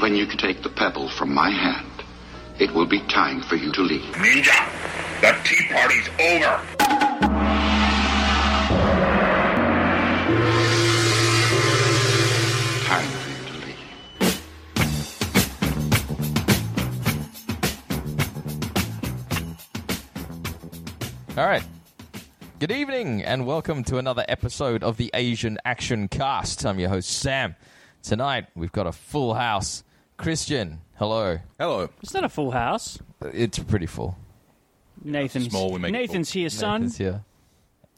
when you take the pebble from my hand, it will be time for you to leave. Ninja, the tea party's over. Time for you to leave. All right. Good evening, and welcome to another episode of the Asian Action Cast. I'm your host, Sam. Tonight, we've got a full house. Christian, hello. Hello. It's not a full house. It's pretty full. Nathan's Small, we make it Nathan's here, son. Nathan's here.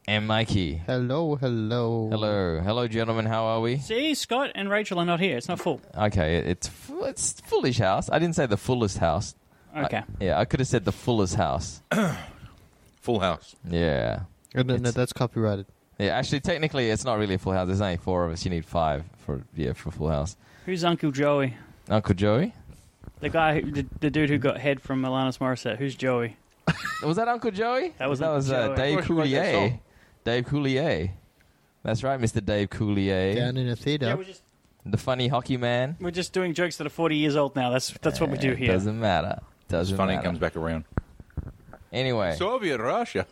And Mikey. Hello, hello. Hello. Hello, gentlemen. How are we? See, Scott and Rachel are not here. It's not full. Okay, it- it's fu- it's fullish house. I didn't say the fullest house. Okay. Yeah, I could have said the fullest house. Full house. Yeah. Oh, no, no, It's- that's copyrighted. Yeah, actually, technically, it's not really a full house. There's only four of us. You need five for yeah for a full house. Who's Uncle Joey? Uncle Joey, The guy, who, the, the dude who got head from Alanis Morissette. Who's Joey? was that Uncle Joey? That was that Uncle was uh, Joey. Dave Of course, he wrote that Coulier. song. Dave Coulier. That's right, Mr. Dave Coulier, Down in a theater. Yeah, we're just the funny hockey man. we're just doing jokes that are forty years old now. That's that's what we do Eh, here. Doesn't matter. It's Doesn't funny matter. it comes back around. Anyway, so, Soviet Russia.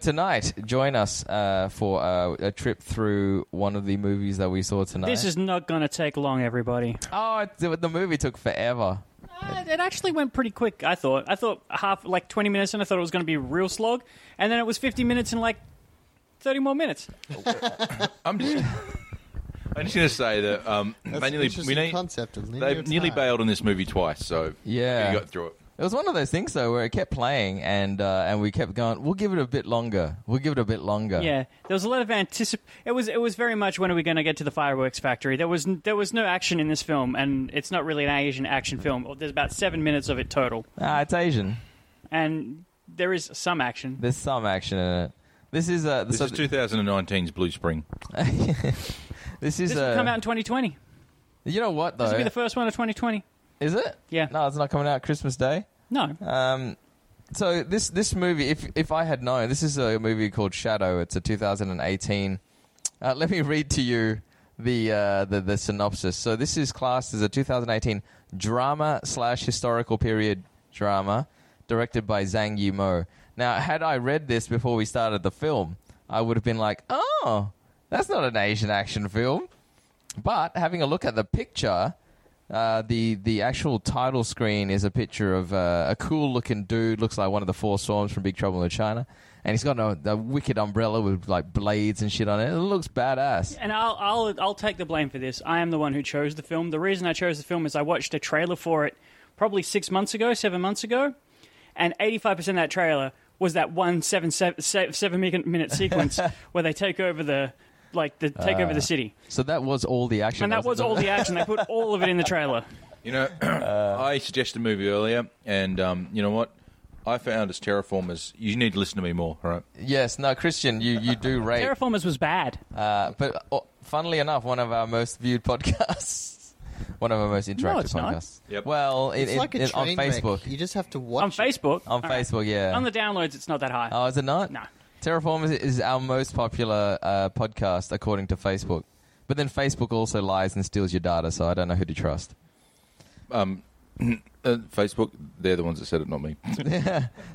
tonight, join us uh, for uh, a trip through one of the movies that we saw tonight. This is not going to take long, everybody. oh, it, the, the movie took forever. Uh, it actually went pretty quick. I thought. I thought half like twenty minutes, and I thought it was going to be a real slog, and then it was fifty minutes and like thirty more minutes. I'm just. I'm just going to say that um, That's they an nearly interesting we need, concept of linear they nearly time. bailed on this movie twice, so Yeah. we got through it. It was one of those things though where it kept playing and uh, and we kept going. We'll give it a bit longer. We'll give it a bit longer. Yeah, there was a lot of anticip. It was it was very much when are we going to get to the fireworks factory? There was n- there was no action in this film, and it's not really an Asian action film. There's about seven minutes of it total, Ah, it's Asian. and there is some action. There's some action in it. This is a This so is 2019's Blue Spring. this is This a Oh, will come out in 2020. you know what though This will be the first one of 2020. is it Yeah. no it's not coming out Christmas Day No, um so this this movie if if I had known this is a movie called Shadow it's a 2018 uh, let me read to you the, uh, the the synopsis so this is classed as a 2018 drama slash historical period drama directed by Zhang Yimou now had I read this before we started the film I would have been like oh that's not an Asian action film but having a look at the picture, uh, the the actual title screen is a picture of uh, a cool looking dude. Looks like one of the four storms from Big Trouble in China, and he's got a, a wicked umbrella with like blades and shit on it. It looks badass. and I'll I'll I'll take the blame for this. I am the one who chose the film. The reason I chose the film is I watched a trailer for it probably six months ago, seven months ago, and 85% of that trailer was that one seven seven, se- seven minute minute sequence where they take over the like the take Ah. over the city, So that was all the action, and that was wasn't all it? the action. They put all of it in the trailer. You know, I suggested a movie earlier, and um, you know what? I found as Terraformers, you need to listen to me more, all right? yes, no, Christian, you you do rate, Terraformers was bad. uh, but uh, funnily enough, one of our most viewed podcasts, one of our most interactive it's not. podcasts. Yep. Well, it, it's it- like a it- on train wreck. Facebook, You just have to watch on Facebook. on All right. Facebook, yeah, On the downloads, it's not that high. Oh, is it not? No. Terraform is, is our most popular uh, podcast according to Facebook. But then Facebook also lies and steals your data, so I don't know who to trust. Uh, Facebook, they're the ones that said it, not me.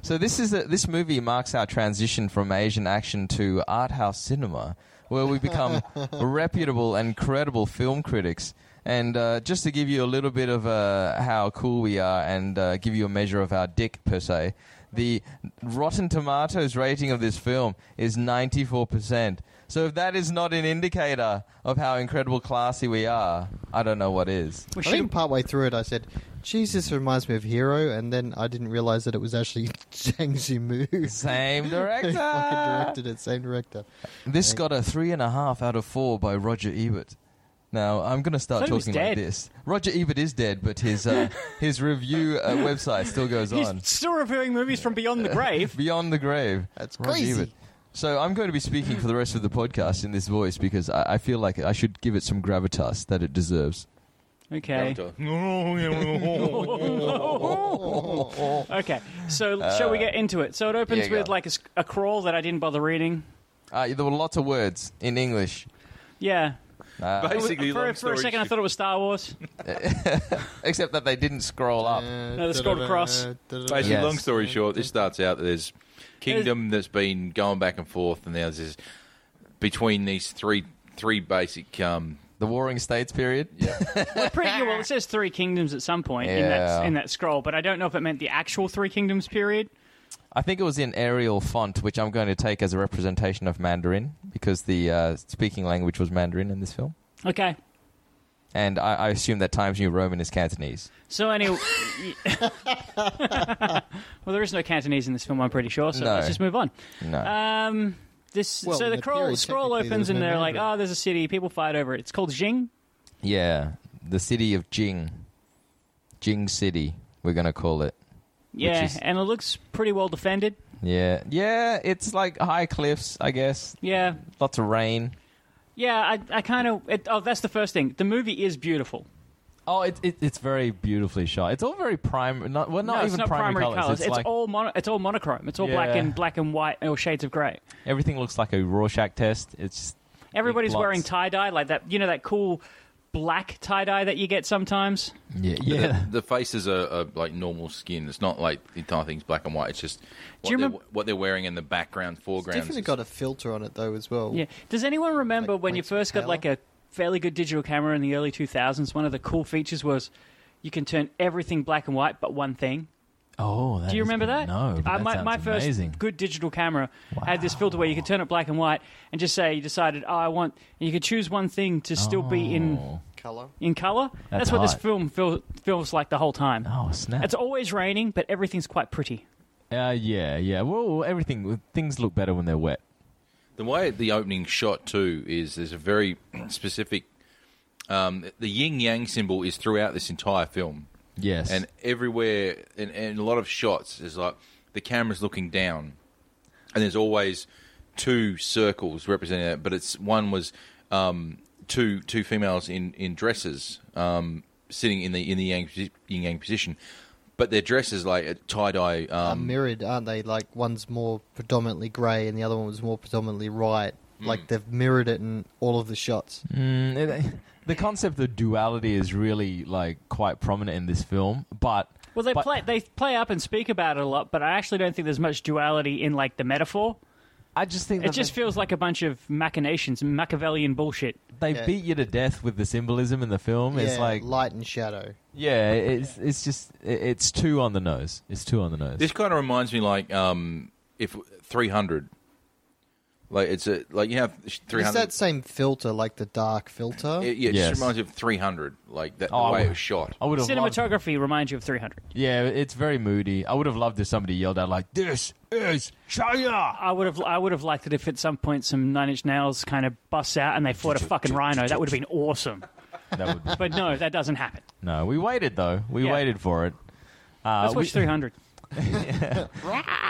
So this is a, this movie marks our transition from Asian action to art house cinema, where we become reputable and credible film critics. And uh, just to give you a little bit of uh, how cool we are, and uh, give you a measure of our dick per se, the Rotten Tomatoes rating of this film is ninety four percent. So if that is not an indicator of how incredible classy we are, I don't know what is. We it. I should- think partway through it, I said, Jesus reminds me of Hero, and then I didn't realize that it was actually Zhang Zimu. Same director. directed it, same director. This got a three and a half out of four by Roger Ebert. Now I'm going to start Thought he was talking like dead. this. Roger Ebert is dead, but his uh, his review uh, website still goes He's on. still reviewing movies from beyond the grave. Beyond the grave. That's Roger crazy. Ebert. So I'm going to be speaking for the rest of the podcast in this voice because I, I feel like I should give it some gravitas that it deserves. Okay. Okay. So shall we get into it? So it opens yeah, go. with like a, s- a crawl that I didn't bother reading. Uh, there were lots of words in English. Yeah. Basically, for, long for a story second, I short- thought it was Star Wars. Except that they didn't scroll up. they scrolled across. Basically, Yes. long story short, this starts out that there's kingdom that's been going back and forth, and there's this between these three three basic. Um, The Warring States period. Well, pretty, yeah, well, it says three kingdoms at some point in that Yeah. in that scroll, but I don't know if it meant the actual three kingdoms period. I think it was in Arial font, which I'm going to take as a representation of Mandarin because the uh, speaking language was Mandarin in this film. Okay. And I, I assume that Times New Roman is Cantonese. So anyway, well, there is no Cantonese in this film, I'm pretty sure. So No. let's just move on. No. Um, this Well, so in the the scroll period, scroll technically, there opens was and no they're like, Mandarin. oh, there's a city. People fight over it. It's called Jing. yeah. The city of Jing. Jing City, we're going to call it. Yeah, is- and it looks pretty well defended. Yeah. Yeah, it's like high cliffs, I guess. Yeah, Lots of rain. yeah. I, I kind of. Oh, that's the first thing. The movie is beautiful. Oh, it, it, it's very beautifully shot. It's all very prime. Not, well, not no, even it's not primary, primary colors. It's, It's, like all mono, it's all monochrome. It's all black Yeah. and black and white or shades of grey. everything looks like a Rorschach test. It's just Everybody's Lots. wearing tie dye like that. You know that cool black tie dye that you get sometimes. yeah, The, the faces are, are like normal skin. It's not like the entire thing's black and white. It's just what, you they're, remem- what they're wearing in the background, foreground. Definitely got a filter on it though as well. Yeah. Does anyone remember Like, when you makes it first got paler. like a fairly good digital camera in the early 2000s? One of the cool features was you can turn everything black and white but one thing. Oh, that Do you is remember good. that? No, but I- that my sounds my first amazing. good digital camera had this filter where you could turn it black and white and just say you decided, oh, I want, and you could choose one thing to still be in Color. in color. That's, Oh. That's what this hot. film feel, feels like the whole time. Oh snap! It's always raining, but everything's quite pretty. uh, yeah, yeah. Well, everything things look better when they're wet. The way the opening shot too is there's a very specific. Um, the yin yang symbol is throughout this entire film, Yes, and everywhere, and, and a lot of shots is like the camera's looking down, and there's always two circles representing it. But it's one was um, two two females in in dresses um, sitting in the in the yang yin yang position, but their dresses like tie dye. are Um, mirrored, aren't they? Like one's more predominantly grey and the other one was more predominantly right. Hmm. Like they've mirrored it in all of the shots. Mm, it- the concept of duality is really like quite prominent in this film. But Well, they but- play they play up and speak about it a lot, but I actually don't think there's much duality in like the metaphor. I just think It that just they, feels like a bunch of machinations, Machiavellian bullshit. they Yeah. beat you to death with the symbolism in the film. it's Yeah, like light and shadow. yeah, it's it's just it- it's two on the nose. It's two on the nose. This kind of reminds me like um, if 300. Like it's a like you have 300. It's that same filter, like the dark filter. it, yeah, it Yes. just reminds me of 300. Like that Oh, I the way would- it was shot. I would have loved Cinematography reminds you of 300. Yeah, it's very moody. I would have loved if somebody yelled out like, "This is China." I would have I would have liked it if at some point some Nine Inch Nails kind of busts out and they fought a fucking rhino. That would have been awesome. That would be, But no, that doesn't happen. no, we waited though. We Yeah. waited for it. Uh, Let's we, watch 300.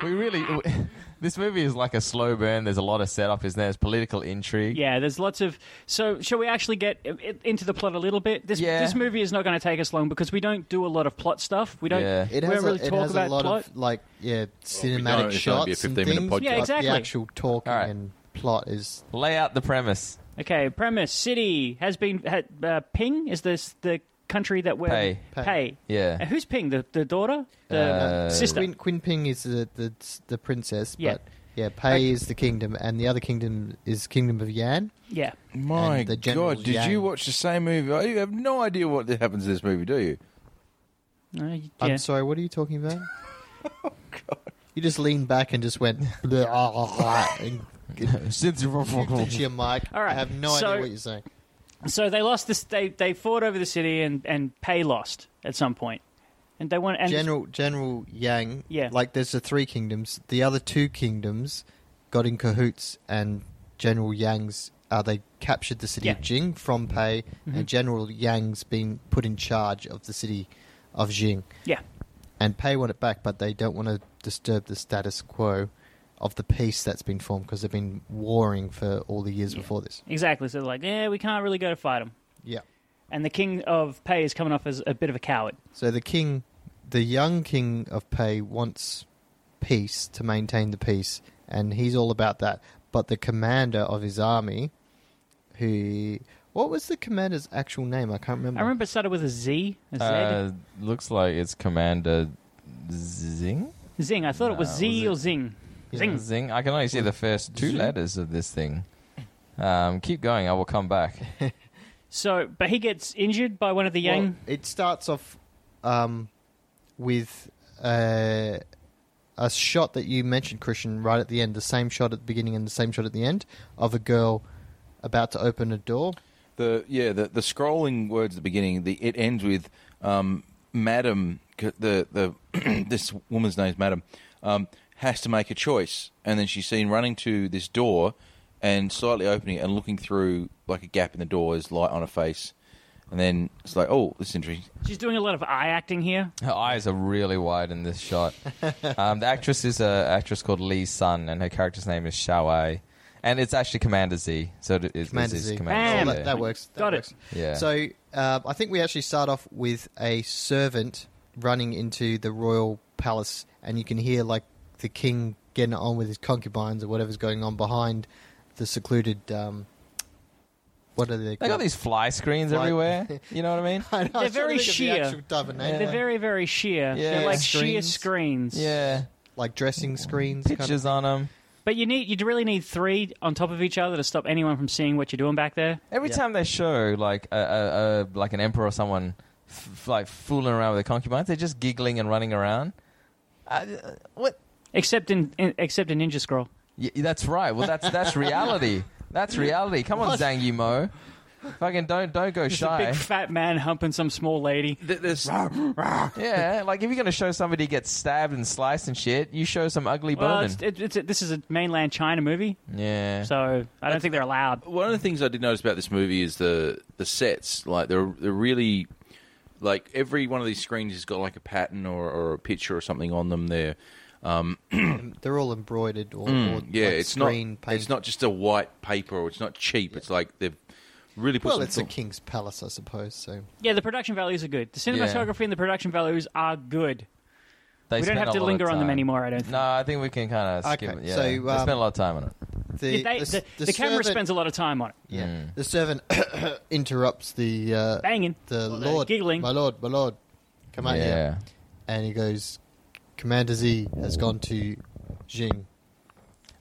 we really. this movie is like a slow burn. There's a lot of setup. Is there? There's political intrigue. Yeah, there's lots of. So, shall we actually get i- into the plot a little bit? This Yeah. this movie is not going to take us long because we don't do a lot of plot stuff. We don't. Yeah. We It has, don't really a, it talk has about a lot plot. of like yeah cinematic don't, it's gonna shots be a 15 and minute things. podcast. Yeah, but exactly. The actual talking Alright. and plot is Lay out the premise. Okay, premise city has been had, uh, Ping is this the country that we're Pei. Pei. Yeah. Uh, who's Ping? The the daughter, the Uh, sister. Quin, Quin Ping is the the, the princess, Yeah. but yeah, Pei Okay. is the kingdom, and the other kingdom is kingdom of Yan. yeah. My and the General God, did you Yang. watch the same movie? You have no idea what happens in this movie, do you? Uh, yeah. I'm sorry, what are you talking about? Oh, You just leaned back and just went "Bleh," and Since into your mic. All right, I have no so- idea what you're saying. So they lost this. They they fought over the city, and and Pei lost at some point, and they want and General General Yang, Yeah. like there's the three kingdoms. The other two kingdoms got in cahoots, and General Yang's uh, they captured the city Yeah. Mm-hmm. of Jing from Pei, and General Yang's been put in charge of the city of Jing. yeah. And Pei want it back, but they don't want to disturb the status quo of the peace that's been formed because they've been warring for all the years before this. Exactly. So they're like, yeah, we can't really go to fight them. Yeah. And the king of Pei is coming off as a bit of a coward. So the king, the young king of Pei, wants peace to maintain the peace, and he's all about that. But the commander of his army, who What was the commander's actual name? I can't remember. I remember it started with a Z, a Z. Uh, looks like it's Commander Zing. Zing. I thought it was uh, Z was or Zing. Zing. Zing. I can only see the first two Zing. letters of this thing. Um, keep going. I will come back. So, but he gets injured by one of the Well, Yang. it starts off um, with uh, a shot that you mentioned, Christian, right at the end. The same shot at the beginning and the same shot at the end of a girl about to open a door. The yeah, the, the scrolling words at the beginning. The it ends with um, Madam. c- The the this woman's name's Madam. Um, has to make a choice, and then she's seen running to this door and slightly opening it and looking through like a gap in the door. There's light on her face, and then it's like, oh, this is interesting. She's doing a lot of eye acting here. Her eyes are really wide in this shot. Um, the actress is an actress called Lee Sun, and her character's name is Xiaowei. And it's actually Commander Z. So it, it, Commander this is Z. Bam. Commander Oh, Z. that, that works. That Got it. works. Yeah. So uh, I think we actually start off with a servant running into the royal palace, and you can hear like the king getting on with his concubines or whatever's going on behind the secluded. Um, what are they? They got these fly screens Fly- everywhere. You know what I mean? I know, I was They're very trying to think of the sheer. actual type of name. They're very, very sheer. Yeah. They're like sheer Screens. screens. Yeah. like dressing screens. kind of- Pictures on them. But you need you really need three on top of each other to stop anyone from seeing what you're doing back there. Every Yeah. time they show like a, a, a like an emperor or someone f- f- like fooling around with their concubines, they're just giggling and running around. Uh, what? Except in, in except in Ninja Scroll. Y- that's right. Well, that's that's reality. That's reality. Come on, Zhang Yimou. Fucking don't don't go There's shy. a big fat man humping some small lady. Th- There's yeah, like if you're gonna show somebody gets stabbed and sliced and shit, you show some ugly Well, bowman. it's, it, it's, this is a mainland China movie, yeah. so I don't think they're allowed. one of the things I did notice about this movie is the the sets. Like they're they're really like every one of these screens has got like a pattern or, or a picture or something on them. There, They're all embroidered or, or yeah, like it's not screen paint. it's not just a white paper. or It's not cheap. It's like they've really put Well, some it's a thought- king's palace, I suppose. So Yeah, the production values are good. The cinematography and the production values are good. They we don't spent have a to lot of linger on them time. anymore. I don't. think. No, I think we can kind of skip Okay, it. Yeah, so, they um, spent a lot of time on it. the Yeah, they- the, the camera servant- spends a lot of time on it. Yeah, the servant interrupts the uh, Banging. the Well, they're lord, giggling. my lord, my lord, come out here, Yeah. and he goes, Commander Z has gone to Jing.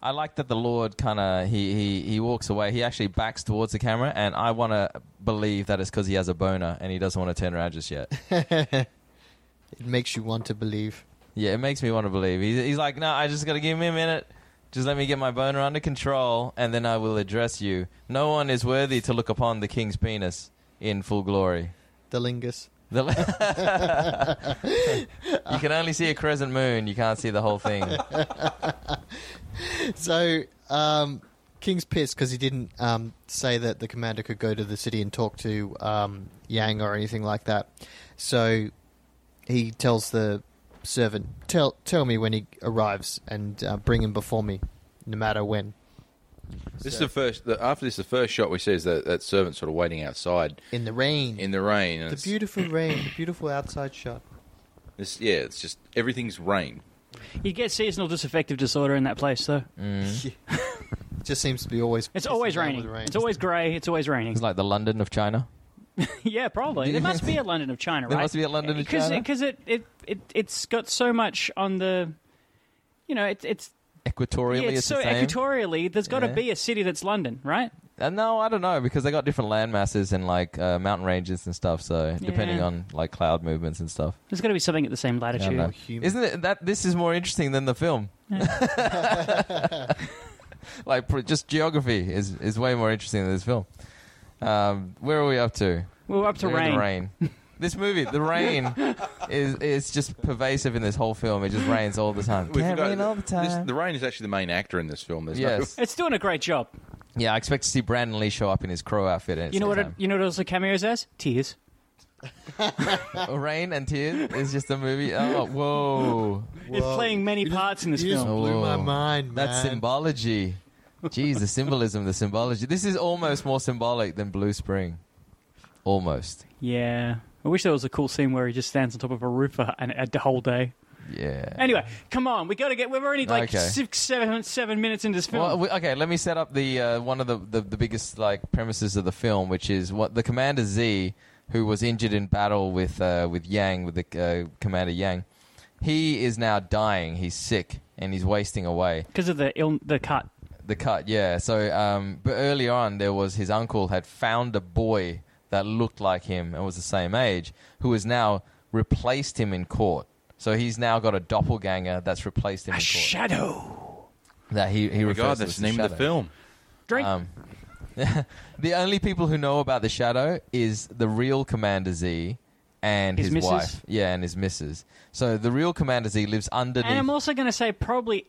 I like that the Lord kind of he, he he walks away. He actually backs towards the camera, and I want to believe that it's because he has a boner and he doesn't want to turn around just yet. It makes you want to believe. yeah, it makes me want to believe. He's, he's like, no, I just got to give me a minute. Just let me get my boner under control, and then I will address you. No one is worthy to look upon the king's penis in full glory. The lingus. The you can only see a crescent moon. You can't see the whole thing. So um, King's pissed because he didn't um, say that the commander could go to the city and talk to um, Yang or anything like that. So he tells the servant, "Tell tell me when he arrives and uh, bring him before me, no matter when." This is the first. The, after this, the first shot we see is that that servant sort of waiting outside In the rain, in the rain. And the it's- beautiful rain, the beautiful outside shot. This, yeah, it's just everything's rain. You get seasonal disaffective disorder in that place, though. Mm. Mm-hmm. It just seems to be always. It's pissing always down raining. with rain. It's always grey. It's always raining. It's like the London of China. yeah, probably. There must be a London of China, right? There must be a London of Because China? because it, it it it's got so much on the, you know, it, it's Equatorially, yeah, it's, so the same. equatorially. There's got to Yeah. be a city that's London, right? Uh, no, I don't know because they got different land masses and like uh, mountain ranges and stuff. So depending Yeah. on like cloud movements and stuff. There's got to be something at the same I don't latitude. know. human. Isn't it that this is more interesting than the film? like pr- just geography is is way more interesting than this film. Um, where are we up to? We're up to We're in rain. the rain. This movie, the rain, is is just pervasive in this whole film. It just rains all the time. We Can't forgot- rain all the this- time. the rain is actually the main actor in this film. There's no- yes. It's doing a great job. Yeah, I expect to see Brandon Lee show up in his crow outfit. and it's You know what? It, nighttime. you know what else the cameos as tears. Rain and Tears is just a movie. Oh, whoa. It's playing many parts in this You just film. blew my Whoa. mind, man. That's symbology. Jeez, the symbolism, the symbology. This is almost more symbolic than Blue Spring. Almost. Yeah. I wish there was a cool scene where he just stands on top of a roof for an, a whole day. Yeah. Anyway, come on, we got to get. We've already like Okay. six, seven, seven minutes into this film. Well, we, okay, let me set up the uh, one of the, the, the biggest like premises of the film, which is what the Commander Z, who was injured in battle with uh, with Yang, with the uh, Commander Yang, he is now dying. He's sick and he's wasting away. because of the ill, the cut. The cut, yeah. So, um, but early on, there was his uncle had found a boy that looked like him and was the same age, who has now replaced him in court. So he's now got a doppelganger that's replaced him in court. Shadow. That he he Oh My refers God, to that's as the name of the Shadow. film. Drink. Um, The only people who know about the shadow is the real Commander Z and His his, missus? wife. Yeah, and his missus. So the real Commander Z lives underneath. and I'm also going to say probably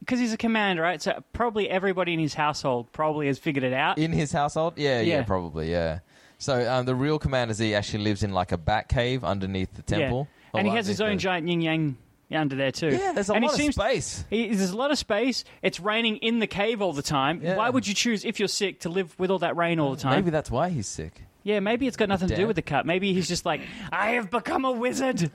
because he's a commander, right? So probably everybody in his household probably has figured it out. in his household? Yeah, yeah, Yeah. probably, yeah. So um, the real Commander Z actually lives in like a bat cave underneath the temple. Yeah. Or And he has his underneath own the- giant yin yang under there too. Yeah, there's a and lot he of seems, space. He, there's a lot of space. It's raining in the cave all the time. Yeah. Why would you choose if you're sick to live with all that rain all the time? Maybe that's why he's sick. yeah, maybe it's got nothing to do Damn. with the cut. Maybe he's just like, I have become a wizard.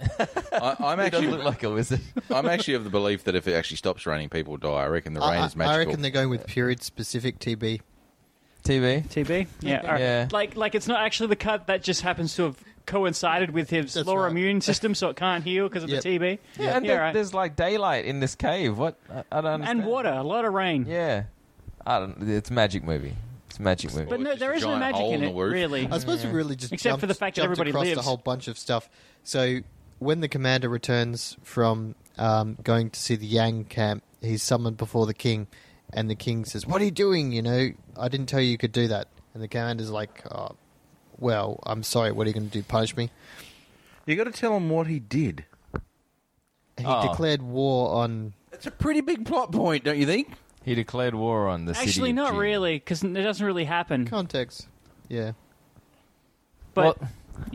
I, I'm He doesn't look actually, like a wizard. I'm actually of the belief that if it actually stops raining, people die. I reckon the rain I, is I magical. reckon they're going with period specific TB. TV? TB. Yeah, all right. Yeah. Like, like it's not actually the cut that just happens to have coincided with his That's lower right. immune system, so it can't heal because of Yep. the TB. Yeah, and yeah, there- right. there's like daylight in this cave. What? I, I don't understand. and water, a lot of rain. Yeah. I don't, it's a magic movie. It's a magic movie. But Or no, just there a is no giant magic hole in in it, the roof. really. I suppose we really just Except for jumped- the fact that jumped everybody across lives. a whole bunch of stuff. So when the commander returns from um, going to see the Yang camp, he's summoned before the king, and the king says, "What are you doing? You know, I didn't tell you you could do that." And the commander's like, oh, "Well, I'm sorry. What are you going to do? Punish me?" You got to tell him what he did. He Oh. declared war on. That's a pretty big plot point, don't you think? He declared war on the city. Actually, of not G. really, because it doesn't really happen. Context. Yeah. But Well,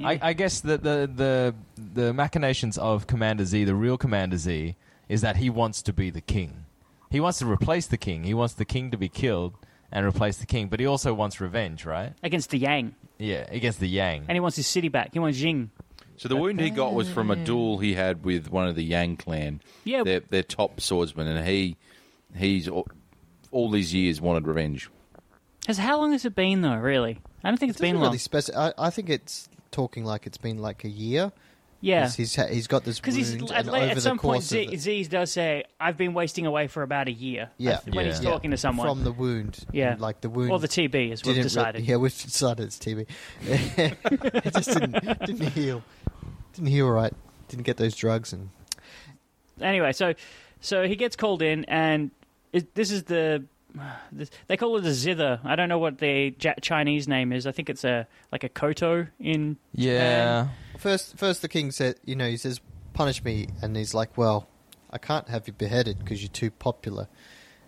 I, I guess the, the the the machinations of Commander Z, the real Commander Z, is that he wants to be the king. He wants to replace the king. He wants the king to be killed and replace the king. But he also wants revenge, right? against the Yang, Yeah, against the Yang. and he wants his city back. He wants Jing. So the wound he got was from a duel he had with one of the Yang clan. Yeah. their, their top swordsman, and he he's all, all these years wanted revenge. Has how long has it been though? Really, I don't think it's It doesn't been really long. speci- I, I think it's talking like it's been like a year. yeah, 'Cause He's ha- he's got this because wound, he's at, and la- over at the some point course of Z, it- Z does say, "I've been wasting away for about a year." Yeah. when he's Yeah. talking to someone from the wound. Yeah. like the wound or the TB, as we've didn't re- decided. yeah, we've decided it's TB. it just didn't, didn't heal. Didn't heal right. Didn't get those drugs and anyway, so so he gets called in, and it, this is the this, they call it a zither. I don't know what the ja- Chinese name is. I think it's a like a koto in yeah, First, first the king said, you know, he says, "Punish me," and he's like, "Well, I can't have you beheaded because you're too popular.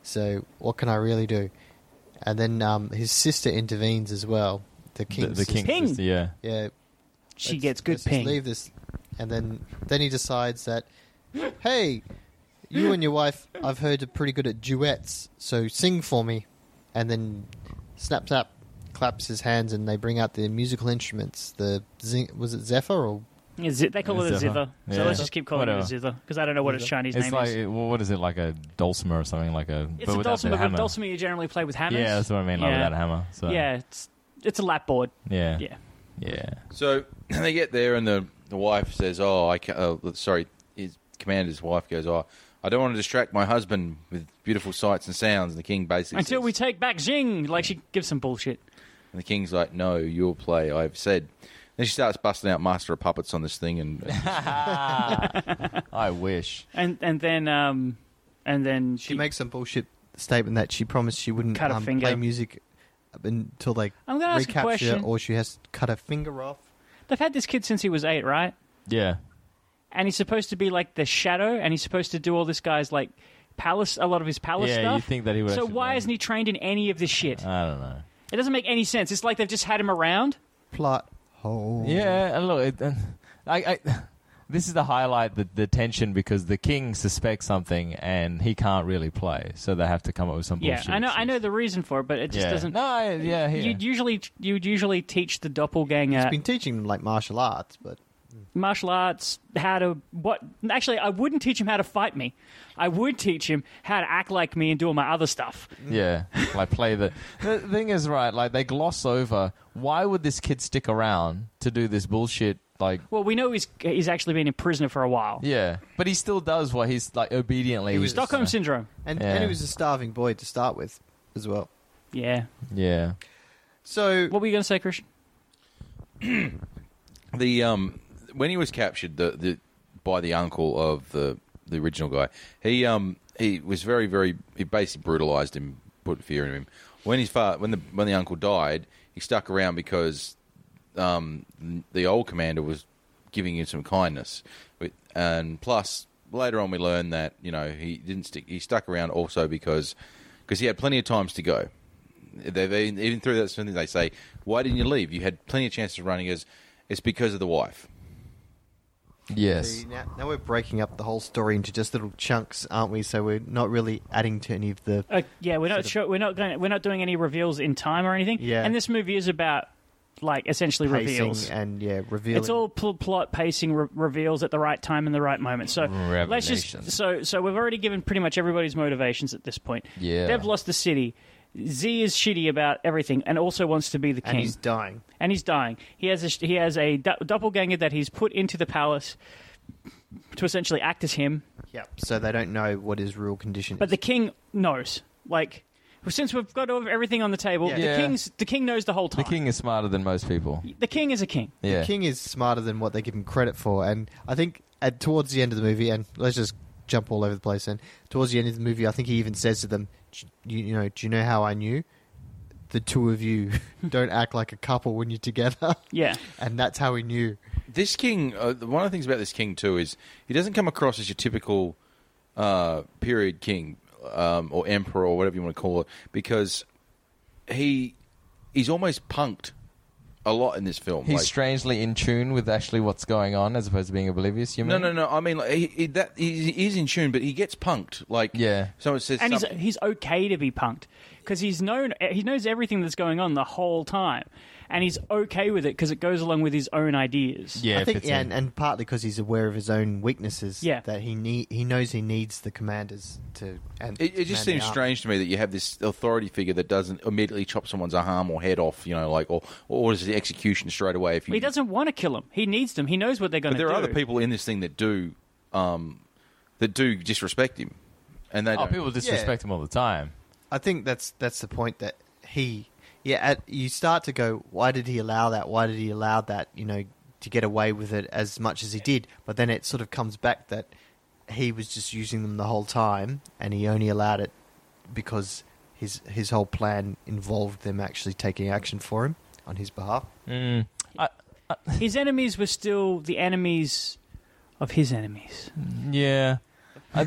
So what can I really do?" And then um, his sister intervenes as well. the, The king's the king. Ping. sister, Yeah, Yeah, She let's- gets good let's just ping. Leave this, and then then he decides that, hey, you and your wife, I've heard are pretty good at duets, so sing for me, and then snap snap, claps his hands, and they bring out the musical instruments. The zing, was it Zephyr or Yeah, zi- they call it a Zither. zither. So Yeah. let's just keep calling it a Whatever. zither because I don't know what its Chinese it's name like is. well, what is it like a dulcimer or something like a It's but a without the dulcimer, but hammer. dulcimer you generally play with hammers. Yeah, that's what I mean. Like without a hammer. So Yeah, it's it's a lap board. yeah, Yeah. yeah. So they get there, and the, the wife says, "Oh, I can uh, sorry." His commander's wife goes, "Oh, I don't want to distract my husband with beautiful sights and sounds." And the king basically Until says- we take back Jing, like she gives some bullshit. And the king's like, "No, you'll play." I've said. Then she starts busting out master of puppets on this thing, and I wish. And and then um and then she, She makes some bullshit statement that she promised she wouldn't Cut a um, finger. play music until they I'm gonna ask a recapture, question. or she has to cut her finger off. they've had this kid since he was eight, right? Yeah. And he's supposed to be like the shadow and he's supposed to do all this guy's like palace a lot of his palace Yeah, stuff. you think that he would so actually why learn. Uh. isn't he trained in any of this shit? I don't know. It doesn't make any sense. It's like they've just had him around. Plot hole. Yeah, and look, it, uh, I, I, this is the highlight the, the tension because the king suspects something and he can't really play, so they have to come up with some Yeah, bullshit. I know I know the reason for it, but it just yeah. doesn't No, I- yeah, yeah. You'd usually you'd usually teach the doppelganger Been teaching them like martial arts, but martial arts, how to what? Actually, I wouldn't teach him how to fight me. I would teach him how to act like me and do all my other stuff. Yeah, like play the. The thing is, right? Like they gloss over. Why would this kid stick around to do this bullshit? Like, Well, we know he's he's actually been in prison for a while. yeah, but he still does what he's like obediently. He was Stockholm syndrome. And, Yeah. and he was a starving boy to start with as well. Yeah. Yeah, So, What were you going to say, Christian? the um when he was captured the, the by the uncle of the the original guy he um he was very very he basically brutalized him put fear in him when his father when the when the uncle died he stuck around because um the old commander was giving him some kindness But- and plus later on we learned that you know he didn't stick he stuck around also because because he had plenty of times to go they, they even through that something they say, "Why didn't you leave? You had plenty of chances of running." As it's because of the wife. yes, now, now we're breaking up the whole story into just little chunks, aren't we? So we're not really adding to any of the. Uh, yeah, we're not sure. We're not going. We're not doing any reveals in time or anything. Yeah. And this movie is about like essentially pacing reveals. and yeah, revealing. It's all pl- plot pacing re- reveals at the right time and the right moment. So let's Revelation. just so so we've already given pretty much everybody's motivations at this point. Yeah. they've lost the city. Z is shitty about everything and also wants to be the king. and he's dying. and he's dying. He has a, he has a du- doppelganger that he's put into the palace to essentially act as him. Yep. So they don't know what his real condition But is. the king knows. Like since we've got over everything on the table, Yeah. the Yeah. king's the king knows the whole the time. king is smarter than most people. the king is a king. yeah, King is smarter than what they give him credit for, and I think at towards the end of the movie, and let's just jump all over the place. And towards the end of the movie, I think he even says to them, "Do "You, you know, do you know how I knew? The two of you don't act like a couple when you're together." Yeah. and that's how he knew. This king, uh, one of the things about this king too is he doesn't come across as your typical uh, period king um, or emperor or whatever you want to call it, because he he's almost punked a lot in this film. he's Like- strangely in tune with actually what's going on as opposed to being oblivious. You mean? no, no, no. I mean, like, he, he, that he, he is in tune, but he gets punked. Like, Yeah. someone says, And he's something- he's okay to be punked because he's known he knows everything that's going on the whole time, and he's okay with it because it goes along with his own ideas. Yeah, I it think, fits yeah, in. and, and partly because he's aware of his own weaknesses. Yeah. that he need, he knows he needs the commanders to. And It, it just man seems up. strange to me that you have this authority figure that doesn't immediately chop someone's arm or head off, you know, like or or orders the execution straight away. If you, He doesn't want to kill him. He needs them. He knows what they're going but to do. there are other people in this thing that do, um, that do disrespect him, and they Oh, don't. people disrespect him all the time. I think that's that's the point that he yeah at, you start to go why did he allow that why did he allow that you know to get away with it as much as he did but then it sort of comes back that he was just using them the whole time and he only allowed it because his his whole plan involved them actually taking action for him on his behalf His enemies were still the enemies of his enemies. Yeah. I,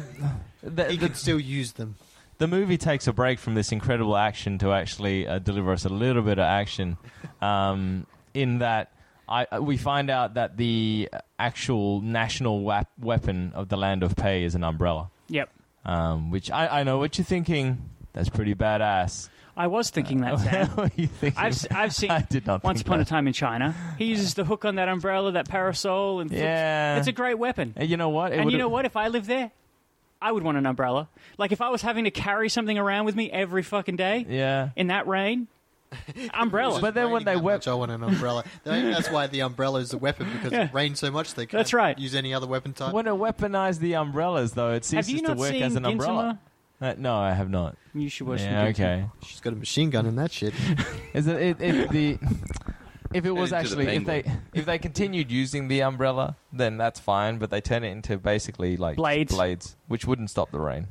the, he the- could still use them the movie takes a break from this incredible action to actually uh, deliver us a little bit of action. Um, in that, I, uh, we find out that the actual national wap- weapon of the land of pay is an umbrella, Yep. um, which I, I know what you're thinking. That's pretty badass. I was thinking that. Sam. What are you thinking? I've, s- I've seen I did not Once think Upon that. a Time in China. He uses the hook on that umbrella, that parasol, and flips- Yeah. it's a great weapon. And you know what? It and you would've- know what? If I lived there, I would want an umbrella. Like if I was having to carry something around with me every fucking day Yeah. in that rain, umbrella. But then when they Raining that wep- much, I want an umbrella. That's why the umbrella is the weapon because it rains so much they can't That's right. use any other weapon type. When it weaponized the umbrellas, though, it Have you ceases to not work seen as an Gintama? umbrella. Uh, no, I have not. You should watch. Yeah, the Gintama. okay. She's got a machine gun and that shit. Is it, it, it the if it was Into the actually if they penguin. if they continued using the umbrella, then that's fine. But they turn it into basically like Blades. blades, which wouldn't stop the rain.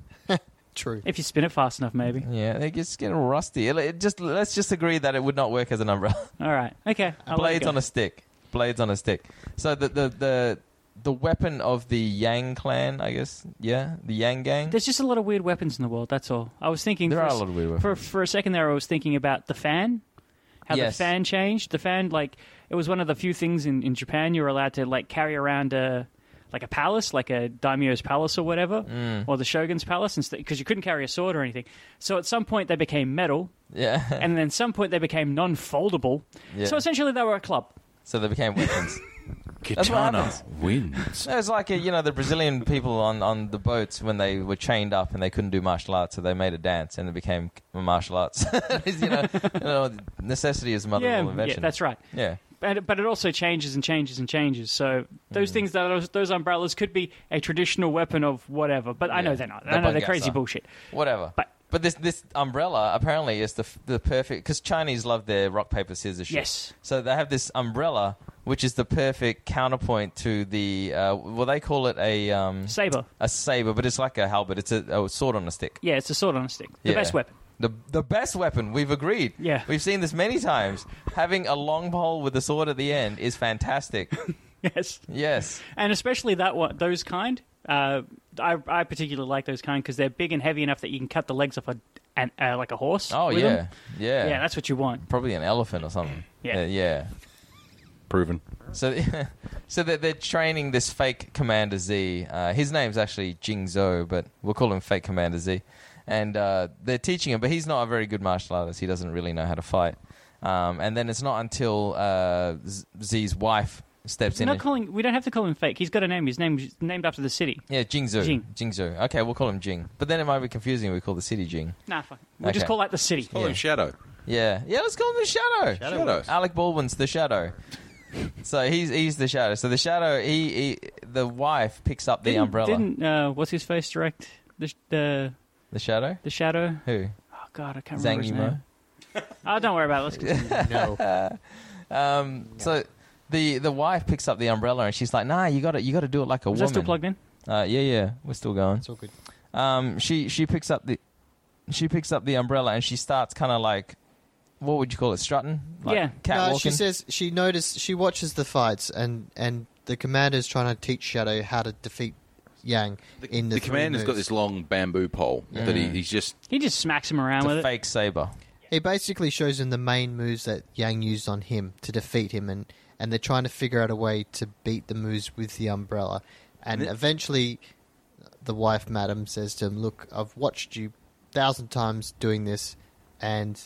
True. If you spin it fast enough, maybe. Yeah, it gets getting rusty. It, it just let's just agree that it would not work as an umbrella. All right. Okay. I'll let it blades go. on a stick. Blades on a stick. So the the the the weapon of the Yang clan, I guess. Yeah, the Yang gang. There's just a lot of weird weapons in the world. That's all. I was thinking. There for are a s- lot of weird For for a second there, I was thinking about the fan. How Yes. the fan changed. The fan, like, it was one of the few things in, in Japan you were allowed to like carry around a like a palace, like a daimyo's palace or whatever, Mm. or the shogun's palace, because you couldn't carry a sword or anything. So at some point they became metal, yeah. and then at some point they became non-foldable. Yeah. So essentially they were a club. So they became weapons. That's what Katana happens. wins. No, it's like uh, you know the Brazilian people on, on the boats when they were chained up and they couldn't do martial arts, so they made a dance and it became martial arts. you, know, you know, necessity is the mother of all yeah, yeah, invention. that's right. Yeah. But, but it also changes and changes and changes. So Mm. those things that are, those umbrellas could be a traditional weapon of whatever. But I know Yeah. they're not. The I know they're bungasa. crazy bullshit. whatever. But- but this this umbrella apparently is the f- the perfect because Chinese love their rock paper scissors. shit. Yes. So they have this umbrella which is the perfect counterpoint to the uh, well they call it a um, Saber. a saber, but it's like a halberd. It's a, a sword on a stick. Yeah, it's a sword on a stick. The Yeah. best weapon. The, the best weapon we've agreed. Yeah. we've seen this many times. Having a long pole with a sword at the end is fantastic. Yes. yes, and especially that one, those kind. Uh, I, I particularly like those kind because they're big and heavy enough that you can cut the legs off a an, uh, like a horse. Oh with yeah. them. yeah, yeah, that's what you want. probably an elephant or something. Yeah. Uh, yeah. Proven. So, so they're, they're training this fake Commander Z. Uh, his name's actually Jing Zhou, but we'll call him Fake Commander Z. And uh, they're teaching him, but he's not a very good martial artist. He doesn't really know how to fight. Um, and then it's not until uh, Z- Z's wife steps We're in. not and- calling. We don't have to call him fake. He's got a name. His name's named after the city. yeah, Jing Zhou. Jing. Jing Zhou. Okay, we'll call him Jing. But then it might be confusing. if We call the city Jing. Nah, fuck. it. We'll just Okay. call that the city. Call him Shadow. Yeah, yeah. Let's call him the Shadow. Shadow. Shadow. Alec Baldwin's the Shadow. so he's he's the Shadow. So the Shadow, he, he the wife picks up the Didn't- umbrella. Didn't uh, what's his face direct the the The Shadow. the shadow? Who? Oh God, I can't Zhang remember his Yimou. name. Oh, don't worry about it. Let's continue. No. Um, so the the wife picks up the umbrella and she's like, "Nah, you got to you got to do it like a Is that woman." still plugged in? Uh, yeah, yeah, we're still going. It's all good. Um, she she picks up the she picks up the umbrella and she starts kind of like, what would you call it, strutting? Like Yeah. catwalking. No, she says she noticed she watches the fights and and the commander's trying to teach Shadow how to defeat Yang The, in the, the three commander's got moves. this long bamboo pole that he, he's just He just smacks him around It's with a fake saber. He basically shows him the main moves that Yang used on him to defeat him, and, and they're trying to figure out a way to beat the moves with the umbrella. And And it- eventually, the wife, madam, says to him, Look, I've watched you thousand times doing this, and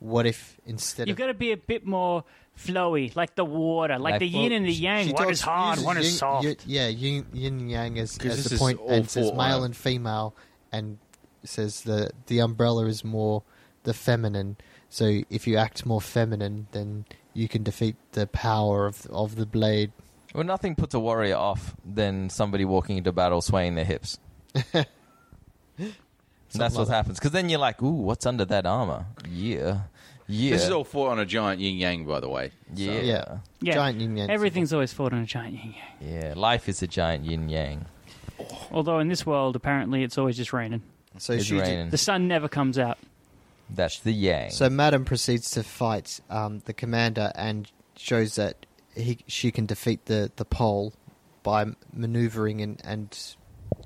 what if it. instead You've of. got to be a bit more flowy, like the water, like, Like- the yin and the yang. She One talks- is hard, uses one is yin- soft. yin- yeah, yin, yin and yang as, 'Cause as this the is point, all and says for male honor. and female, and says the the umbrella is more the feminine. So if you act more feminine, then you can defeat the power of of the blade. Well, nothing puts a warrior off than somebody walking into battle swaying their hips. And that's Something like what that. happens because then you're like, ooh, what's under that armor? Yeah, yeah, This is all fought on a giant yin yang, by the way. yeah, Yeah, yeah. Yeah. giant yin yang. Everything's always fought on a giant yin yang. yeah. Life is a giant yin yang. Although in this world, apparently, it's always just raining. So It's she. d- raining. The sun never comes out. That's the yang. So Madam proceeds to fight um, the commander and shows that he she can defeat the the pole by m- maneuvering and and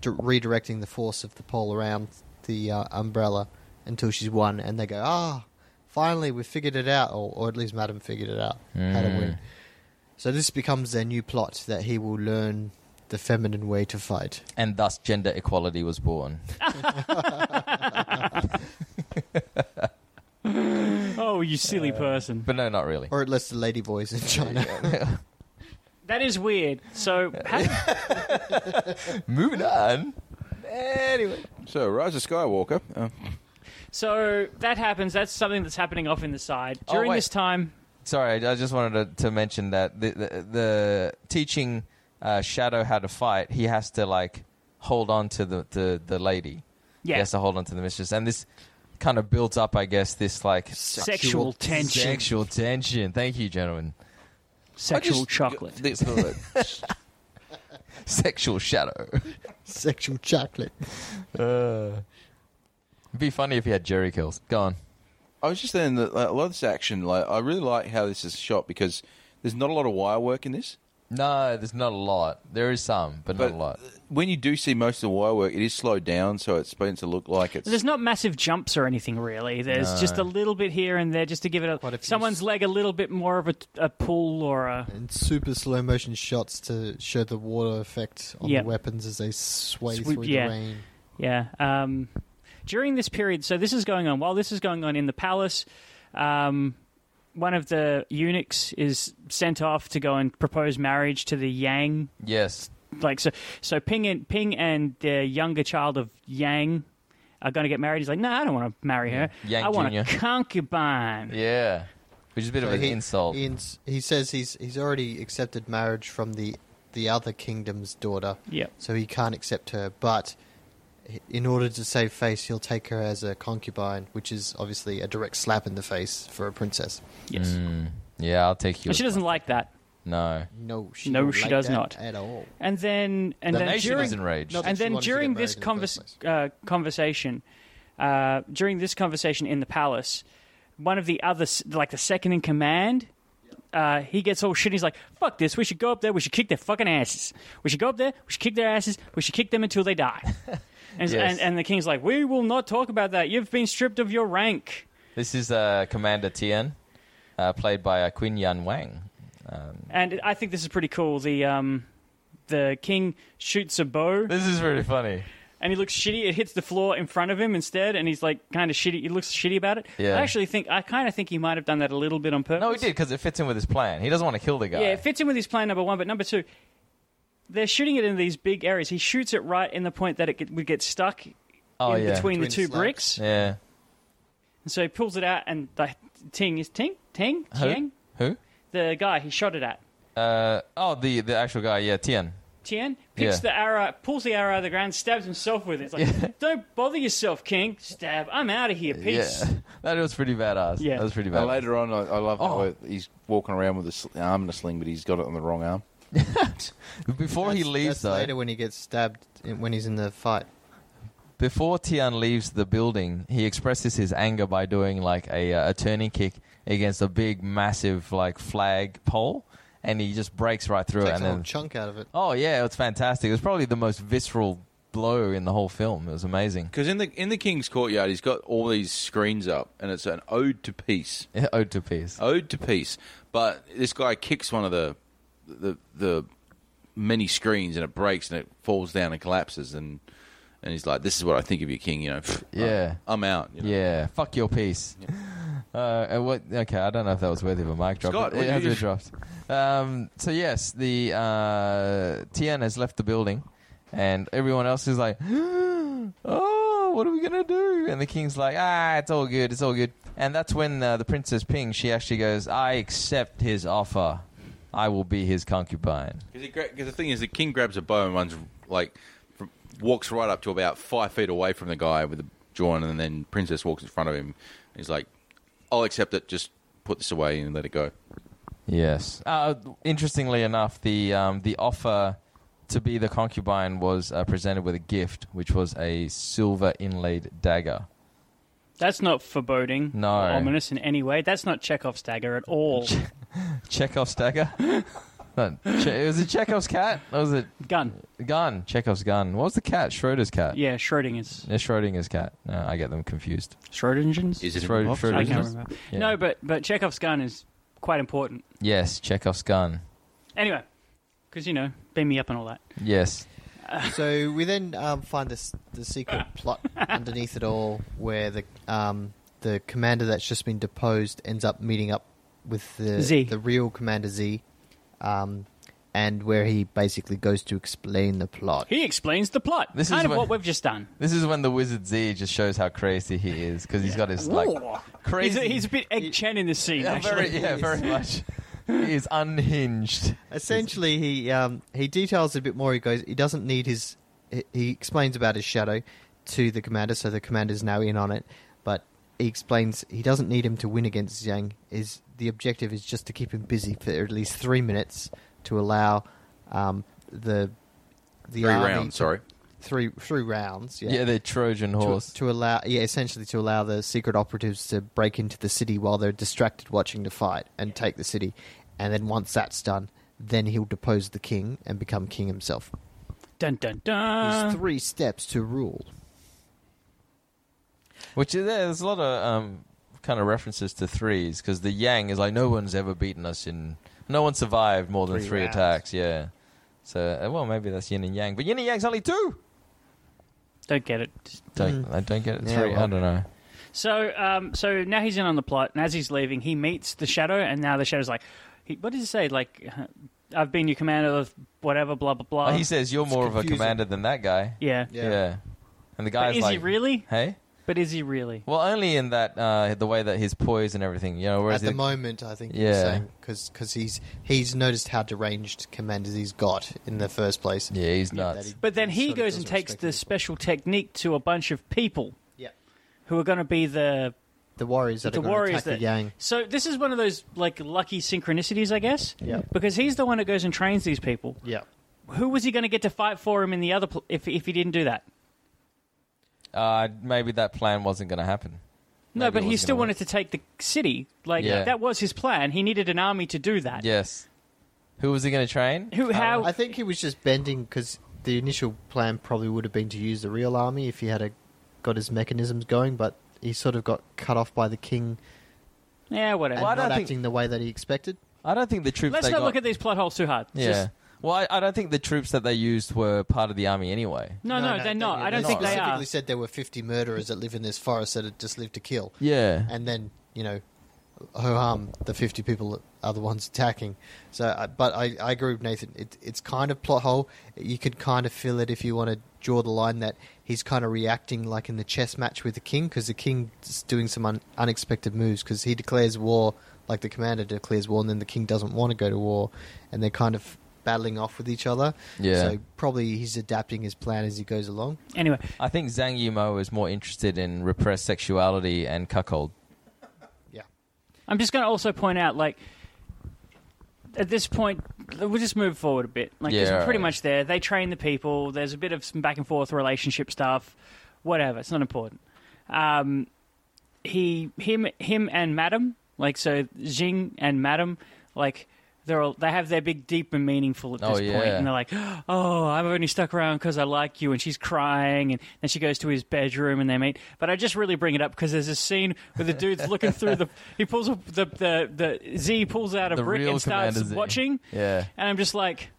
d- redirecting the force of the pole around the uh, umbrella until she's won, and they go, ah, finally we figured it out, or, or at least Madam figured it out how to win. So this becomes their new plot that he will learn the feminine way to fight. and thus gender equality was born. Oh, you silly person. But no, not really. Or at least the ladyboys in China. That is weird. So, how, Moving on. Anyway, So, Rise of Skywalker. Uh, so that happens. That's something that's happening off in the side. Oh, During wait. this time, sorry, I I just wanted to, to mention that the the, the teaching uh, Shadow how to fight, he has to like hold on to the the, the lady. Yeah. he has to hold on to the mistress, and this kind of builds up, I guess, this like sexual, tension, sexual tension. Thank you, gentlemen. I sexual just- chocolate. This- look, Sexual Shadow. Sexual chocolate. It'd be funny if he had Jerry kills. Go on. I was just saying that like, a lot of this action, like I really like how this is shot because there's not a lot of wire work in this. No, there's not a lot. There is some, but, not But a lot. when you do see most of the wire work, it is slowed down, so it's supposed to look like it's. There's not massive jumps or anything really. There's just a little bit here and there just to give it a, Quite a few someone's s- leg a little bit more of a, a pull or a and super slow motion shots to show the water effect on Yep. the weapons as they sway Swoop, through yeah. the rain. yeah. Um, during this period, so this is going on while this is going on in the palace. Um, one of the eunuchs is sent off to go and propose marriage to the Yang. Yes. Like so, so Ping and Ping and the younger child of Yang are going to get married. He's like, no, I don't want to marry her. Yang I want a Jr.. concubine. Yeah. Which is a bit of an insult. He, ins- he says he's he's already accepted marriage from the the other kingdom's daughter. Yep. So he can't accept her, but i- in order to save face, he'll take her as a concubine, which is obviously a direct slap in the face for a princess. Yes, Mm. yeah, I'll take you. but she doesn't like that. No. No, she No, won't she like does that not. at all. And then, and The then nation during, is enraged. Not that and she then wanted to get during this married in the first convers- uh, conversation, uh, during this conversation in the palace, one of the others, like the second in command, uh, he gets all shit. He's like, "Fuck this! We should go up there. We should kick their fucking asses. We should go up there. We should kick their asses. We should kick them until they die." And, Yes. and, and the king's like, "We will not talk about that. You've been stripped of your rank." This is uh, Commander Tian, uh, played by uh, Quinn Yan Wang. And I think this is pretty cool. The um, the king shoots a bow. This is really funny. and he looks shitty. It hits the floor in front of him instead, and he's like kind of shitty. He looks shitty about it. Yeah. I actually think I kind of think he might have done that a little bit on purpose. No, he did because it fits in with his plan. He doesn't want to kill the guy. Yeah, it fits in with his plan number one, but number two, they're shooting it in these big areas. He shoots it right in the point that it get, would get stuck Oh, in yeah. between, the Between two the slabs. bricks. yeah. And so he pulls it out, and the ting is ting ting Who? tiang Who? the guy he shot it at. Uh, oh, the the actual guy. Yeah, Tian. Tien picks Yeah. the arrow, pulls the arrow out of the ground, stabs himself with it. It's like, don't bother yourself, King. Stab. I'm out of here. Peace. Yeah, that was pretty badass. Yeah. that was pretty And badass. later on, I, I love that Oh. where he's walking around with his arm in a sling, but he's got it on the wrong arm. Before he That's- leaves, that's though, later when he gets stabbed in- when he's in the fight. before Tian leaves the building, he expresses his anger by doing like a, uh, a turning kick against a big, massive like flag pole, and he just breaks right through it. Takes And a whole then, chunk out of it. oh yeah, it was fantastic. It was probably the most visceral blow in the whole film. It was amazing. Because in the in the king's courtyard, he's got all these screens up, and it's an ode to peace, Ode to peace. ode to peace. But this guy kicks one of the the the many screens, and it breaks, and it falls down and collapses, and and he's like, "This is what I think of you, king." You know, Yeah. I'm out. You know? Yeah, fuck your piece. Uh, and what? Okay, I don't know if that was worthy of a mic drop. Scott, but what it has you- been dropped. Um, so yes, the uh, Tian has left the building, and everyone else is like, "Oh, what are we gonna do?" And the king's like, "Ah, it's all good. It's all good." And that's when uh, the Princess Ping she actually goes, "I accept his offer. I will be his concubine." Because the thing is, the king grabs a bow and runs like from, walks right up to about five feet away from the guy with the drawn, and then princess walks in front of him. And he's like, "I'll accept it. Just put this away and let it go." Yes. Uh, interestingly enough, the um, the offer to be the concubine was uh, presented with a gift, which was a silver inlaid dagger. That's not foreboding No. or ominous in any way. That's not Chekhov's dagger at all. Chekhov's dagger. No, che- was it Chekhov's cat? Or was it Gun. gun? Chekhov's gun. What was the cat? Schroeder's cat. Yeah, Schrodinger's. Yeah, Schrodinger's cat. No, I get them confused. Schrodinger's? Is it It's Schro- involved? Schrodinger's. I can't remember. Yeah. No, but, but Chekhov's gun is quite important. Yes, Chekhov's gun. Anyway, because, you know, beam me up and all that. Yes. So we then um, find this the secret plot underneath it all, where the um, the commander that's just been deposed ends up meeting up with the Z. the real commander Z, um, and where he basically goes to explain the plot. He explains the plot. This kind is of when- what we've just done. This is when the wizard Z just shows how crazy he is because he's got his like He's crazy. a, he's a bit Egg Chen in this scene, yeah, very, actually. yeah, very much. He is unhinged. Essentially, he um, he details a bit more. He goes, he doesn't need his. he- He explains about his shadow to the commander, so the commander's now in on it. But he explains he doesn't need him to win against Zhang. Is the objective is just to keep him busy for at least three minutes to allow um, the the Three army rounds. to- Sorry. three three rounds. Yeah, Yeah, the Trojan to, horse. to allow yeah essentially to allow the secret operatives to break into the city while they're distracted watching the fight and take the city and then once that's done then he'll depose the king and become king himself Dun, dun, There's dun. three steps to rule Which is, yeah, there's a lot of um, kind of references to threes because the Yang is like no one's ever beaten us in, no one survived more than Three three rounds. attacks. Yeah, so uh, well maybe that's Yin and Yang, but Yin and Yang's only two. Don't get it. Don't I don't get it. Hmm. Yeah, three, I well. don't know. So, um, so now he's in on the plot, and as he's leaving, he meets the Shadow, and now the Shadow's like, he, what does he say? Like, I've been your commander of whatever, blah blah blah. Like, he says you're more of a uh, confusing. commander than that guy. yeah. Oh, Yeah. And the But guy's is like, he really? Hey. But is he really? Well, only in that uh, the way that his poise and everything, you know. Whereas At the the- moment, I think Yeah. yeah, because he's he's noticed how deranged commanders he's got in the first place. yeah, he's that nuts. he- But then he sort of goes and doesn't takes respect the people. special technique to a bunch of people yeah who are going to be the the warriors that the are going to warriors attack that the Yang. So this is one of those like lucky synchronicities, I guess. Yeah. Because he's the one who goes and trains these people. Yeah, Who was he going to get to fight for him in the other pl- if if he didn't do that? Uh, maybe that plan wasn't going to happen. No, Maybe but it he wasn't still gonna wanted to take the city. Like Yeah. that was his plan. He needed an army to do that. Yes. Who was he going to train? Who? How? I think he was just bending because the initial plan probably would have been to use the real army if he had a, got his mechanisms going, but he sort of got cut off by the king yeah, whatever. and Well, I not don't think- acting the way that he expected. I don't think the troops. Let's they not got- look at these plot holes too hard. Yeah. Just- well, I, I don't think the troops that they used were part of the army anyway. no, no, they're not. I don't they're think not. they are. specifically said there were 50 murderers that live in this forest that had just lived to kill. Yeah. and then you know ho hum the 50 people are the ones attacking so I- but i, I agree with nathan it, it's kind of plot hole you could kind of feel it if you want to draw the line that he's kind of reacting like in the chess match with the king because the king's doing some un, unexpected moves because he declares war like the commander declares war and then the king doesn't want to go to war and they're kind of battling off with each other Yeah. so probably he's adapting his plan as he goes along Anyway, I think Zhang Yimou is more interested in repressed sexuality and cuckold. yeah I'm just going to also point out, like, at this point, we'll just move forward a bit. Like, 'cause Yeah, we're pretty alright. much there. They train the people. There's a bit of some back and forth relationship stuff. Whatever. It's not important. Um, he, him, him, and Madam. Like, so Jing and Madam, like. They're all, they have their big, deep and meaningful at this Oh, point, yeah. and they're like, "Oh, I'm only stuck around because I like you." And she's crying, and then she goes to his bedroom, and they meet. But I just really bring it up because there's a scene where the dude's looking through the he pulls up the the, the Z pulls out a The brick real and starts Commander Z. watching, Yeah. and I'm just like,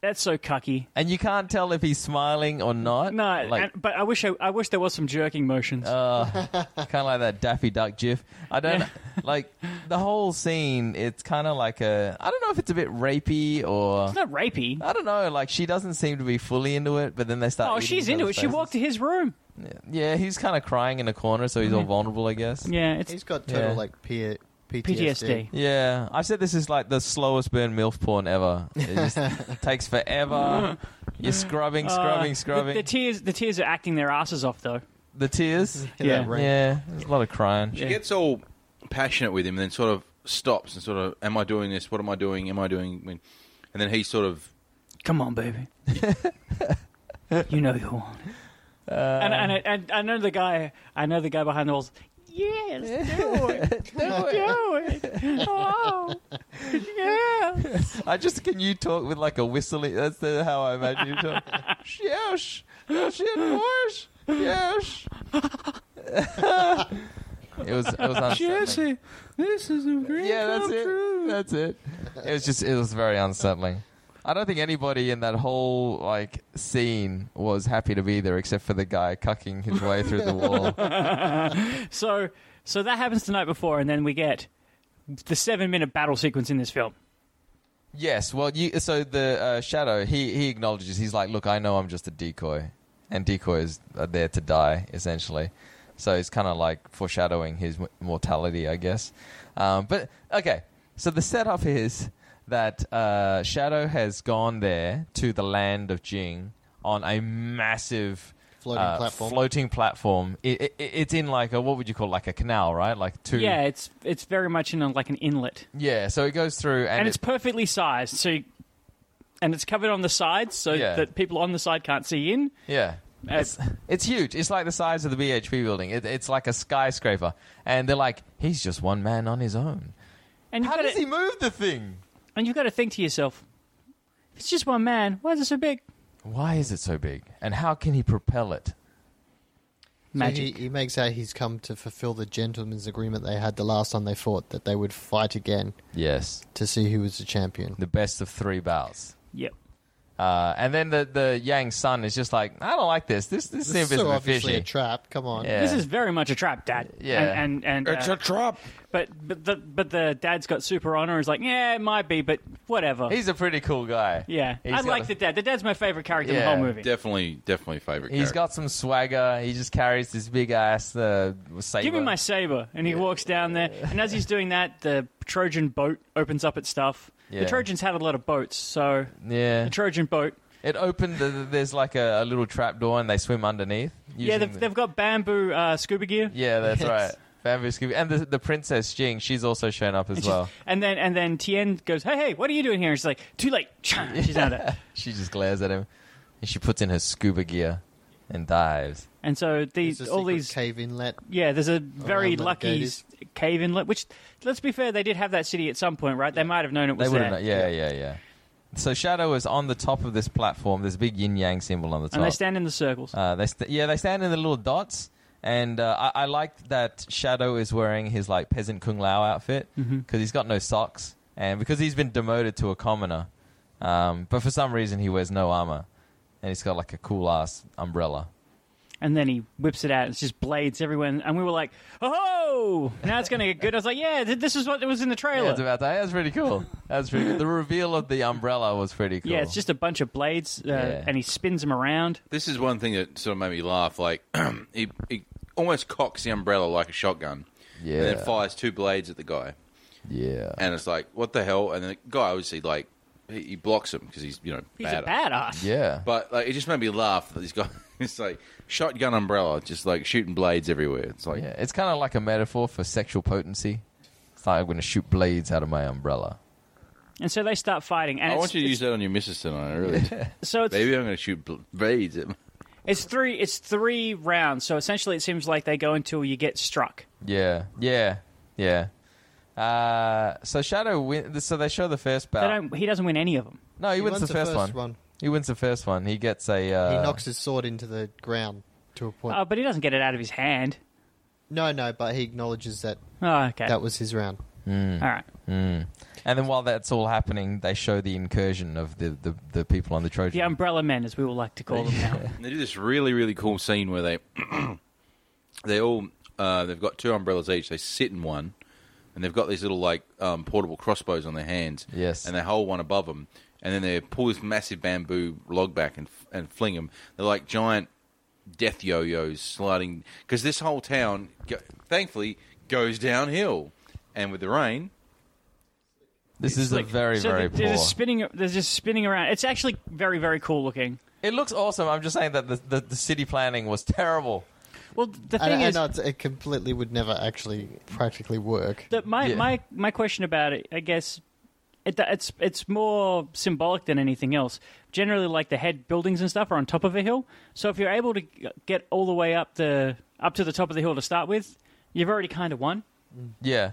"That's so cucky." And you can't tell if he's smiling or not. No, Like, Uh, and, but I wish I, I wish there was some jerking motions. kind of like that Daffy Duck gif. I don't like the whole scene. It's kind of like a. I don't know if it's a bit rapey or. it's not rapey. I don't know. Like she doesn't seem to be fully into it, but then they start. Oh, eating she's each into it. other's She faces. walked to his room. Yeah, he's kind of crying in a corner, so he's Mm-hmm. all vulnerable, I guess. Yeah, it's he's got total Yeah. like P- PTSD. Yeah, I said this is like the slowest burn MILF porn ever. It just takes forever. You're scrubbing, scrubbing, Uh, scrubbing. The, the tears, the tears are acting their asses off though. The tears. Yeah. That rain. Yeah, there's a lot of crying. Yeah. She gets all passionate with him and then sort of stops and sort of, am I doing this? What am I doing? Am I doing? When- And then he sort of, Come on, baby. you know you want it. and, and, I- and I know the guy. I know the guy behind the walls. Yes, do it, do it. Oh, yeah. I just can you talk with like a whistle? That's the, how I imagine you talk. yes, yes, it was. Yes. it was. It was unsettling. this is a great Yeah, that's it. That's it. It was just. It was very unsettling. I don't think anybody in that whole like scene was happy to be there, except for the guy cucking his way through the wall. So, so that happens the night before, and then we get the seven-minute battle sequence in this film. Yes. Well, you. So the uh, shadow, he he acknowledges. He's like, look, I know I'm just a decoy, and decoys are there to die essentially. So it's kind of like foreshadowing his m- mortality, I guess. Um, but okay. So the setup is that uh, Shadow has gone there to the land of Jing on a massive Floating uh, platform. Floating platform. It, it, it's in like a what would you call it? like a canal, right? Like two. Yeah, it's it's very much in a, like an inlet, Yeah. So it goes through, and, and it's. it's perfectly sized. So, you- and it's covered on the sides, so Yeah. that people on the side can't see in. Yeah. It's, it's huge. It's like the size of the BHP building. It, it's like a skyscraper. And they're like, he's just one man on his own. And you've How got does to, he move the thing? and you've got to think to yourself, if it's just one man. Why is it so big? Why is it so big? And how can he propel it? So Magic. He, he makes out he's come to fulfill the gentleman's agreement they had the last time they fought that they would fight again Yes. to see who was the champion. The best of three bouts. Yep. Uh, and then the, the Yang's son is just like, I don't like this. This this, This seems is so obviously fishy. a trap. Come on. Yeah. This is very much a trap, Dad. Yeah. and and, and uh, trap. but but the but the dad's got super honor. He's like, yeah, it might be, but whatever. He's a pretty cool guy. yeah, He's I got like a- the dad. The dad's my favorite character in Yeah. the whole movie. Definitely, definitely favorite. He's character. got some swagger. He just carries this big ass uh, saber. Give me my saber, and he walks down there. And as he's doing that, the Trojan boat opens up its stuff. Yeah. The Trojans had a lot of boats, so yeah. the Trojan boat. It opened. The, the- there's like a, a little trap door, and they swim underneath. yeah, using they've, the- they've got bamboo uh, scuba gear. yeah, that's Yes. right. Bamboo Scooby, and the, the princess Jing. She's also shown up as She's- well. And then and then Tien goes, hey, hey, what are you doing here? And she's like, too late. She's out of it. She just glares at him, and she puts in her scuba gear and dives. And so It's these a all secret these cave inlet. yeah, there's a very that lucky gate s- cave inlet. Which let's be fair, they did have that city at some point, right? They might have known it They was would there. have. Yeah, yeah, yeah. So Shadow is on the top of this platform. There's a big yin yang symbol on the top. And they stand in the circles. Uh, they st- yeah, they stand in the little dots, and uh, I-, I like that Shadow is wearing his like peasant kung lao outfit because Mm-hmm. he's got no socks, and because he's been demoted to a commoner, um, but for some reason he wears no armor, and he's got like a cool ass umbrella. And then he whips it out. It's just blades everywhere. And and we were like, oh, now it's going to get good. I was like, yeah, th- this is what it was in the trailer. Yeah, it's about that. That's pretty cool. That's pretty. Good. The reveal of the umbrella was pretty cool. Yeah, it's just a bunch of blades, uh, Yeah. and he spins them around. This is one thing that sort of made me laugh. Like he, he almost cocks the umbrella like a shotgun, and Yeah. then fires two blades at the guy, yeah. and it's like, what the hell? And the guy obviously like he, he blocks him because he's you know He's badass. a badass. yeah. But like it just made me laugh that he's got it's like shotgun umbrella, just like shooting blades everywhere. It's like yeah, it's kind of like a metaphor for sexual potency. It's like I'm going to shoot blades out of my umbrella. And so they start fighting. And I it's, want you to it's- use that on your missus tonight. I Really, so it's, maybe I'm going to shoot bl- blades. At it's three. It's three rounds. So essentially, it seems like they go until you get struck. Yeah, yeah, yeah. Uh, so Shadow win. So they show the first They bout. don't. He doesn't win any of them. no, he, wins, the first, one. He wins the first one. He gets a. Uh, He knocks his sword into the ground to a point. Oh, but he doesn't get it out of his hand. no, no, but he acknowledges that Oh, okay. that was his round. All right. and then while that's all happening, they show the incursion of the the, the people on the Trojan. The umbrella men, as we would like to call them now. And they do this really really cool scene where they they all uh, they've got two umbrellas each. They sit in one, and they've got these little like um, portable crossbows on their hands. Yes. and they hold one above them, and then they pull this massive bamboo log back and and fling them. They're like giant death yo-yos sliding because this whole town go, thankfully goes downhill, and with the rain. this is Like, a very so very the- They're poor. just spinning. They're just spinning around. It's actually very very cool looking. it looks awesome. I'm just saying that the, the, the city planning was terrible. Well, the And, thing and is, it's- it completely would never actually practically work. that my, Yeah. my my question about it, I guess, it, it's it's more symbolic than anything else. Generally, like the head buildings and stuff are on top of a hill, so if you're able to g- get all the way up the up to the top of the hill to start with, you've already kind of won. Yeah.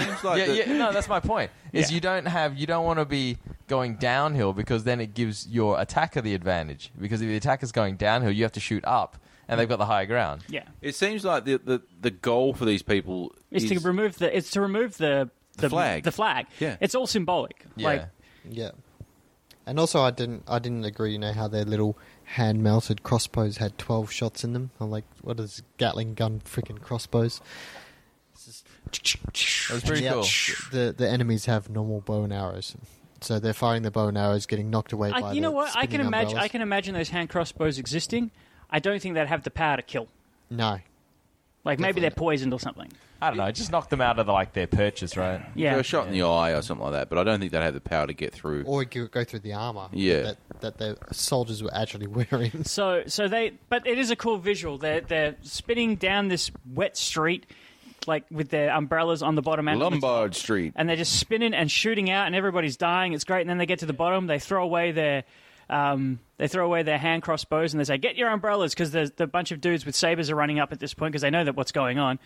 Seems like yeah, the- yeah, no, that's my point. Is Yeah. you don't have you don't want to be going downhill because then it gives your attacker the advantage. Because if the attacker's going downhill, you have to shoot up, and they've got the higher ground. Yeah, It seems like the, the, the goal for these people it's is to remove the it's to remove the the, flag. The flag. Yeah. it's all symbolic. Like Yeah. And also, I didn't, I didn't agree. You know how their little hand-mounted crossbows had twelve shots in them. I'm like, what is Gatling gun freaking crossbows? That was pretty Yeah, cool. The the enemies have normal bow and arrows, so they're firing their bow and arrows, getting knocked away by. I, you the know what? I can spinning imagine. umbrellas. I can imagine those hand crossbows existing. I don't think they'd have the power to kill. No, Like maybe Definitely they're not. poisoned or something. I don't know. Just knock them out of the, like their purchase, right? Yeah. a shot in the eye or something like that. But I don't think they'd have the power to get through. or go go through the armor. Yeah. That that the soldiers were actually wearing. So so they but it is a cool visual. They're they're spinning down this wet street, like with their umbrellas on the bottom and on the top, Lombard Street. and they're just spinning and shooting out and everybody's dying. It's great. And then they get to the bottom, they throw away their um, they throw away their hand crossbows and they say, "Get your umbrellas," because the the bunch of dudes with sabers are running up at this point because they know that what's going on.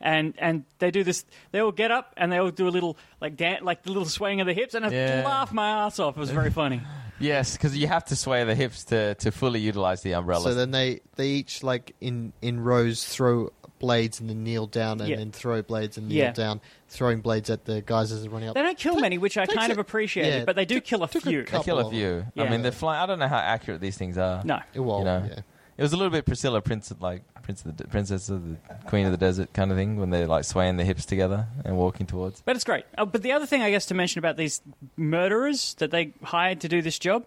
And and they do this. They all get up and they all do a little like dan- like the little swaying of the hips, and I Yeah. laugh my ass off. It was very funny. Yes, because you have to sway the hips to, to fully utilize the umbrella. So then they they each like in in rows throw blades and then kneel down and Yeah. then throw blades and kneel Yeah. down, throwing blades at the guys as they're running up. They don't kill Took- many, which I takes kind it- of appreciated, yeah, but they do took- kill a took few. They kill couple a of few. them. I Yeah. mean, they're flying. I don't know how accurate these things are. No. Well, you know, yeah. it was a little bit Priscilla, Prince of, like Prince of the Princess of the Queen of the Desert kind of thing when they're like swaying their hips together and walking towards. But it's great. Uh, but the other thing I guess to mention about these murderers that they hired to do this job,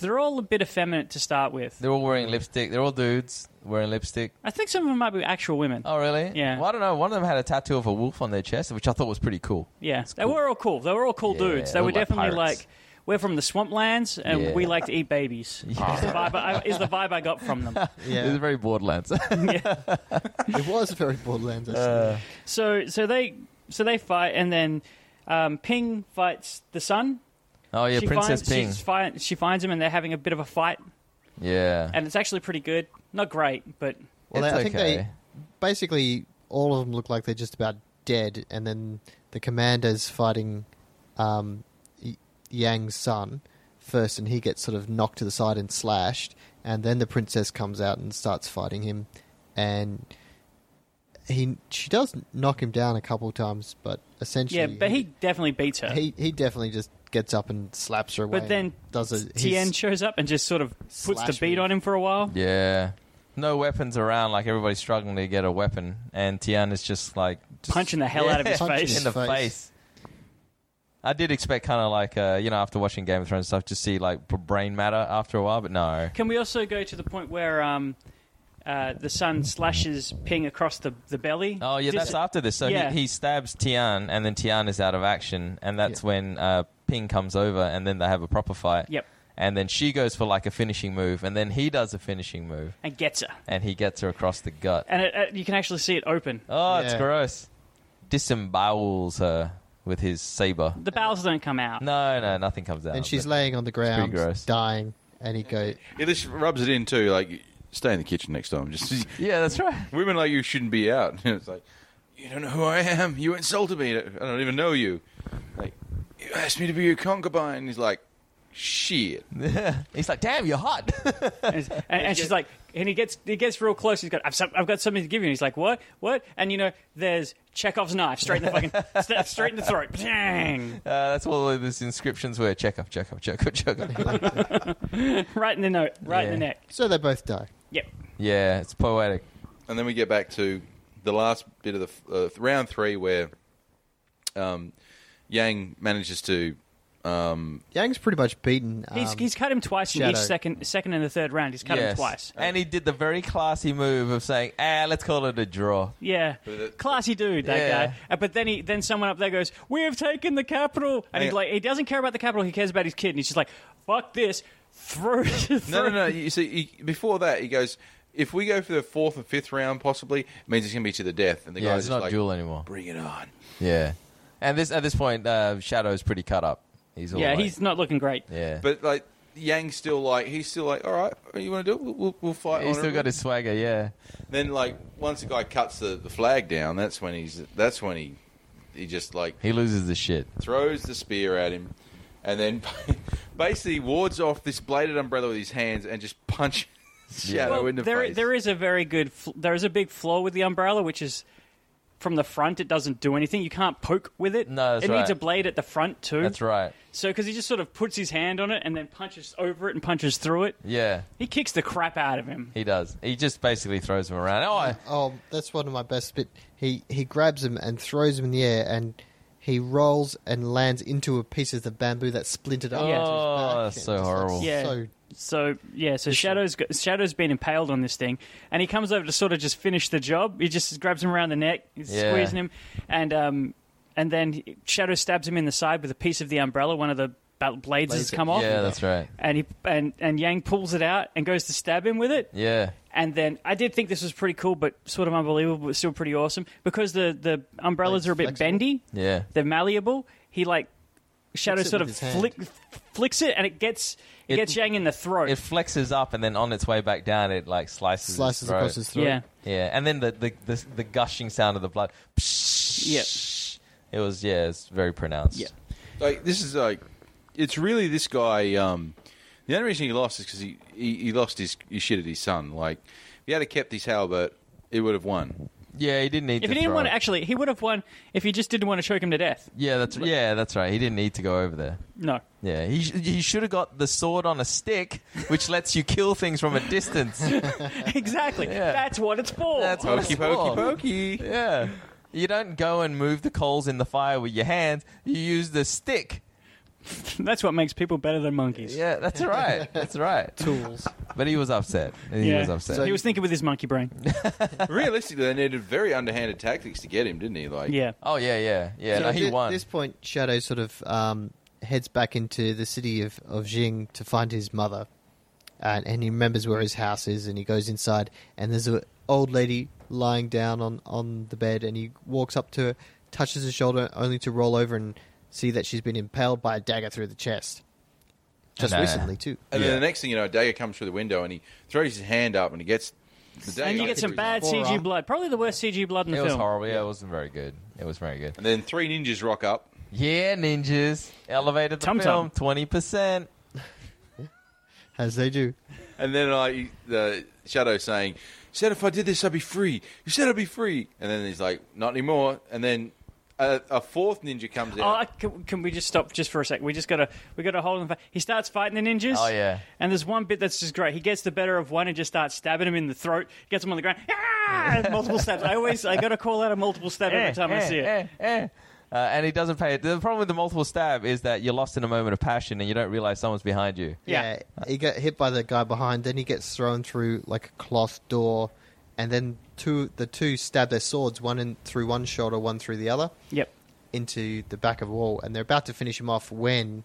they're all a bit effeminate to start with. Mm. They're all wearing lipstick. They're all dudes wearing lipstick. I think some of them might be actual women. Oh, really? Yeah. Well, I don't know. One of them had a tattoo of a wolf on their chest, which I thought was pretty cool. yeah, It's they cool. were all cool. They were all cool Yeah, dudes. They they were look like definitely pirates. like, we're from the swamplands and Yeah. we like to eat babies. Is, the vibe I, is the vibe I got from them. It was Yeah, very Borderlands. it was very Borderlands. Actually. So so they so they fight and then um, Ping fights the sun. oh yeah, Princess finds, Ping. she's fi- she finds him and they're having a bit of a fight, Yeah. and it's actually pretty good. Not great, but Well, It's I think they okay. basically all of them look like they're just about dead, and then the commander's fighting um, Y- Yang's son first, and he gets sort of knocked to the side and slashed, and then the princess comes out and starts fighting him, and he she does knock him down a couple of times, but essentially, yeah, but he definitely beats her. he he definitely just gets up and slaps her away. But then and does a Tien his- shows up and just sort of puts the Slash beat move. on him for a while. Yeah. No weapons around, like everybody's struggling to get a weapon, and Tian is just like just Punching the hell out of his Punching face. in the face. Face. I did expect kind of like uh, you know after watching Game of Thrones stuff to see like b- brain matter after a while, but no. Can we also go to the point where um, uh, the sun slashes Ping across the, the belly? Oh yeah, Just- that's after this. So yeah. he, he stabs Tian, and then Tian is out of action, and that's Yeah. when uh, Ping comes over, and then they have a proper fight. Yep. And then she goes for like a finishing move, and then he does a finishing move, And gets her. and he gets her across the gut. And it, it, you can actually see it open. Oh, it's Yeah. gross. Disembowels her with his saber. The bowels don't come out. No, no, nothing comes out. and she's but- laying on the ground, gross. dying, and he goes. Yeah, this rubs it in too. Like, stay in the kitchen next time. Just yeah, that's right. women like you shouldn't be out. it's like, you don't know who I am. You insulted me. I don't even know you. Like, you asked me to be your concubine. He's like, shit. He's like, damn, you're hot. And, and, and she's like, and he gets he gets real close. He's got, I've, some, I've got something to give you. And he's like, what, what? And you know, there's Chekhov's knife straight in the fucking, st- straight in the throat. Bang! Uh, that's what all of these inscriptions were. Check up, check up, check up, check up. Right in the note, right in the Yeah. neck. So they both die. Yep. yeah, it's poetic. And then we get back to the last bit of the uh, round three where um, Yang manages to. Yang's pretty much beaten. Um, He's, he's cut him twice in Shadow. each second, second and the third round. He's cut him Yes. twice. And he did the very classy move of saying, ah, let's call it a draw. Yeah, it- classy dude that Yeah. guy. Uh, But then he, then someone up there goes, "We have taken the capital," Hang and he on. like he doesn't care about the capital. He cares about his kid, and he's just like, "Fuck this!" Throw. No, no, no. You see, he, before that, he goes, if we go for the fourth and fifth round, possibly, it means it's going to be to the death. And the Yeah, guy's it's just not like, duel anymore. bring it on. Yeah. And this at this point, uh, Shadow's pretty cut up. He's all Yeah, like- he's not looking great. yeah. But like Yang's still like he's still like, all right, you want to do it? We'll, we'll, we'll fight. he's still honorably." got his swagger. Yeah. Then like once the guy cuts the, the flag down, that's when he's that's when he he just like He loses the shit. throws the spear at him, and then basically wards off this bladed umbrella with his hands and just punches Shadow Well, in the there, face. there is a very good. Fl- there is a big flaw with the umbrella, which is from the front. It doesn't do anything. You can't poke with it. No, that's it needs right. a blade at the front too. That's right. So because he just sort of puts his hand on it and then punches over it and punches through it. Yeah. He kicks the crap out of him. He does. He just basically throws him around. Oh, I, Oh, that's one of my best bit. He he grabs him and throws him in the air, and he rolls and lands into a piece of the bamboo that's splintered up. Yeah. onto his Oh, back, that's and so just, like, horrible. Yeah. So So yeah, so Shadow's got, Shadow's been impaled on this thing, and he comes over to sort of just finish the job. He just grabs him around the neck, he's Yeah. squeezing him, and um, and then he- Shadow stabs him in the side with a piece of the umbrella. One of the ba- blades has come off. yeah, that's right. And he and, and Yang pulls it out and goes to stab him with it. Yeah. And then I did think this was pretty cool, but sort of unbelievable, but still pretty awesome because the the umbrellas Blade's are a bit flexible. bendy. Yeah. They're malleable. He like Shadow Flicks it sort with of his hand. flick, flicks it, and it gets it, It- gets Yang in the throat. It flexes up and then on its way back down, it like slices. his slices throat. across his throat. Yeah. Yeah, and then the the, the, the gushing sound of the blood. Yep. It was yeah, it's very pronounced. Yeah. like this is like it's really this guy um the only reason he lost is because he, he he lost his, his shit at his son like if he had have kept his halberd he would have won Yeah, he didn't need If to he didn't throw want to, it. actually, he would have won if he just didn't want to choke him to death. Yeah, that's yeah, that's right. He didn't need to go over there. No. Yeah, he sh- he should have got the sword on a stick, which lets you kill things from a distance. Exactly. That's what it's for. That's what Pokey, it's for. pokey, pokey. Yeah, you don't go and move the coals in the fire with your hands. You use the stick. That's what makes people better than monkeys. Yeah, that's right. That's right. Tools. But he was upset. He Yeah. was upset. He was thinking with his monkey brain. Realistically, they needed very underhanded tactics to get him, didn't he? Like, Yeah. oh yeah, yeah, yeah. So no, at he thi- won. this point, Shadow sort of um, heads back into the city of, of Jing to find his mother. And, and he remembers where his house is and he goes inside. And there's an old lady lying down on, on the bed. And he walks up to her, touches her shoulder, only to roll over and see that she's been impaled by a dagger through the chest. Just Nah. recently, too. And Yeah. then the next thing you know, Dagger comes through the window and he throws his hand up and he gets the dagger. And you get some bad Horror. CG blood. Probably the worst CG blood in the it was film. horrible. Yeah, it wasn't very good. It was very good. And then three ninjas rock up. Yeah, ninjas elevated the Tum film tum. twenty percent. As they do. And then I, the Shadow saying, "You said if I did this, I'd be free. You said I'd be free." And then he's like, "Not anymore." And then a, a fourth ninja comes Oh, I- out. can, can we just stop just for a sec? We just gotta we gotta hold him. fa- He starts fighting the ninjas. Oh, yeah. And there's one bit that's just great. He gets the better of one and just starts stabbing him in the throat. Gets him on the ground. Ah! And multiple stabs. I always I gotta call out a multiple stab every time I see it. Uh, and he doesn't pay it. The problem with the multiple stab is that you're lost in a moment of passion and you don't realize someone's behind you. Yeah. Yeah. he got hit by the guy behind. Then he gets thrown through like a cloth door, and then two the two stab their swords one in through one shoulder, one through the other, Yep. into the back of a wall, and they're about to finish him off when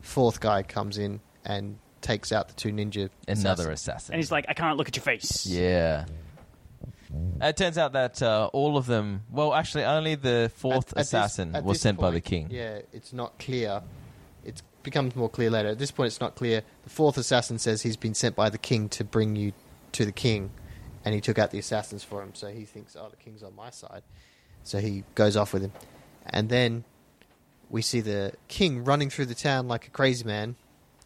fourth guy comes in and takes out the two ninja. Another assassins. assassin. And he's like, I can't look at your face. yeah. It turns out that uh, all of them, well, actually, only the At- fourth at this- assassin at was this sent by point, the king. Yeah, it's not clear. It becomes more clear later. At this point, it's not clear. The fourth assassin says he's been sent by the king to bring you to the king, and he took out the assassins for him. So he thinks, oh, the king's on my side. So he goes off with him, and then we see the king running through the town like a crazy man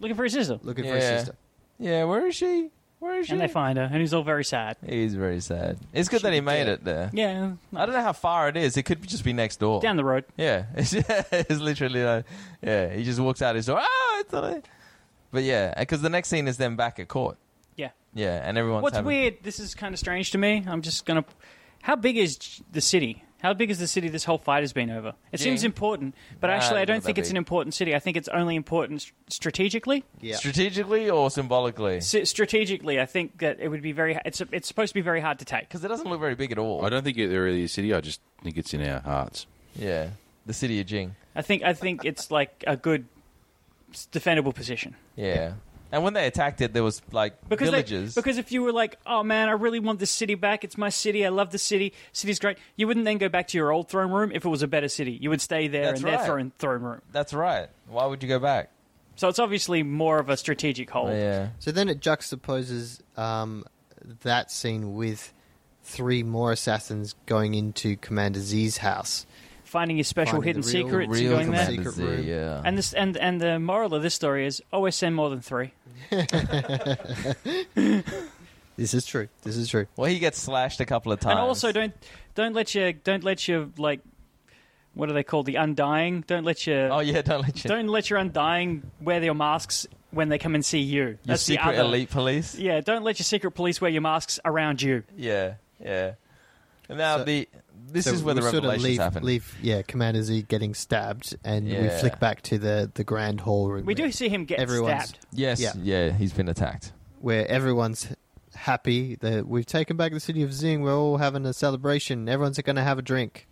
Looking for his sister. looking for his Yeah. sister. Yeah, where is she? Where is she? And they find her, and he's all very sad. He's very sad. It's good that he made it there. Yeah. I don't know how far it is. It could just be next door. Down the road. Yeah, it's, it's literally like, yeah, he just walks out his door. Ah, it's all right." But yeah, because the next scene is them back at court. Yeah. Yeah, and everyone's What's having, weird? This is kind of strange to me. I'm just gonna. How big is J- the city? How big is the city this whole fight has been over? It seems Yeah. important, but Nah, actually, I it's don't not think that it's big. an important city. I think it's only important s- strategically. Yeah. strategically or symbolically S- strategically, I think that it would be very. It's it's supposed to be very hard to take. because it doesn't look very big at all. I don't think it really is a city. I just think it's in our hearts. Yeah, the city of Jing. I think I think it's like a good s- defendable position Yeah, and when they attacked it, there was like because they- villages. because if you were like, oh man, I really want this city back. It's my city. I love the city. City's great. You wouldn't then go back to your old throne room if it was a better city. You would stay there That's in right. their throne throne room. that's right. Why would you go back? So it's obviously more of a strategic hold. Yeah, So then it juxtaposes um, that scene with three more assassins going into Commander Z's house. Finding his special hidden Finding the real- secrets real and going there. Commander Secret Z, room. Yeah, And this and and the moral of this story is always send more than three. This is true. This is true. well, he gets slashed a couple of times. And also don't don't let your don't let your like what are they called? The undying. Don't let your Oh yeah, don't let you. don't let your undying wear their masks when they come and see you. your That's the secret other elite police. Yeah, don't let your secret police wear your masks around you. Yeah, yeah. And now So- the this So is where the we sort of revelations leave, happen. Leave, yeah, Commander Z getting stabbed, and we Yeah. flick back to the, the grand hall room. We do where- see him get Everyone's- stabbed. Yes, yeah. Yeah. he's been attacked. where everyone's happy that we've taken back the city of Zing. We're all having a celebration. Everyone's going to have a drink,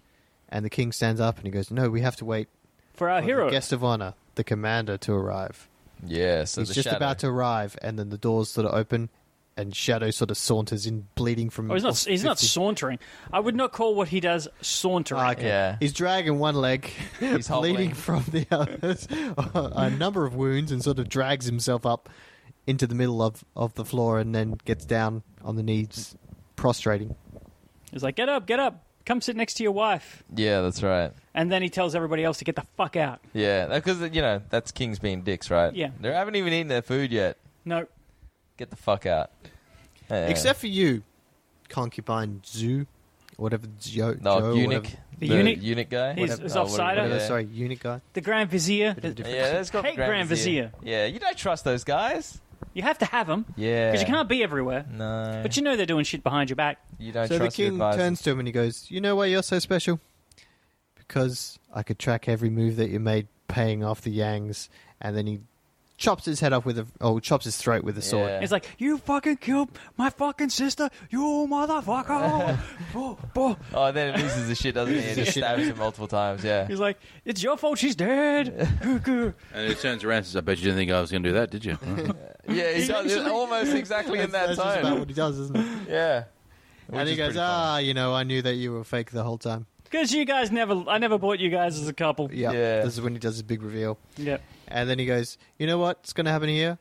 and the king stands up and he goes, "No, we have to wait For our for hero. the guest of honor, the commander, to arrive." Yeah, so He's the just shadow. about to arrive, and then the doors sort of open, and Shadow sort of saunters in, bleeding from. Oh, he's not he's not sauntering. I would not call what he does sauntering. Ah, okay. Yeah. He's dragging one leg, He's hobbling. bleeding from the others, a number of wounds, and sort of drags himself up into the middle of, of the floor and then gets down on the knees, prostrating. He's like, "Get up, get up. Come sit next to your wife." Yeah, that's right. And then he tells everybody else to get the fuck out. Yeah, because you know that's kings being dicks, right? Yeah. they haven't even eaten their food yet. No. Get the fuck out. Yeah. Except for you, concubine Zoo. whatever Joe. No, Joe, eunuch. whatever- The the eunuch? eunuch guy. He's- Whatever- he's oh, whatever- offsider? whatever, yeah. Sorry, eunuch guy. The Grand Vizier. Bit of a difference. Yeah, that's got Hey, Grand Vizier. Yeah, you don't trust those guys. You have to have them Yeah, because you can't be everywhere. No, But you know they're doing shit behind your back. you don't so the trust your king advisors. turns to him and he goes, "You know why you're so special? Because I could track every move that you made, paying off the Yangs." And then he chops his head off with a oh, chops his throat with a sword. Yeah. It's like you fucking killed my fucking sister, you motherfucker. Bo- bo- Oh, then it loses the shit, doesn't it? It just shit. stabs him multiple times. Yeah. He's like, it's your fault she's dead. Cuckoo. And it turns around and says, I bet you didn't think I was going to do that, did you? Yeah, he's got- actually- almost exactly in that That's just about what tone. he does, isn't it? Yeah. and he goes, "Ah, you know, I knew that you were fake the whole time." Because you guys never, I never bought you guys as a couple. Yeah, Yeah. this is when he does his big reveal. Yeah. And then he goes, "You know what's going to happen here?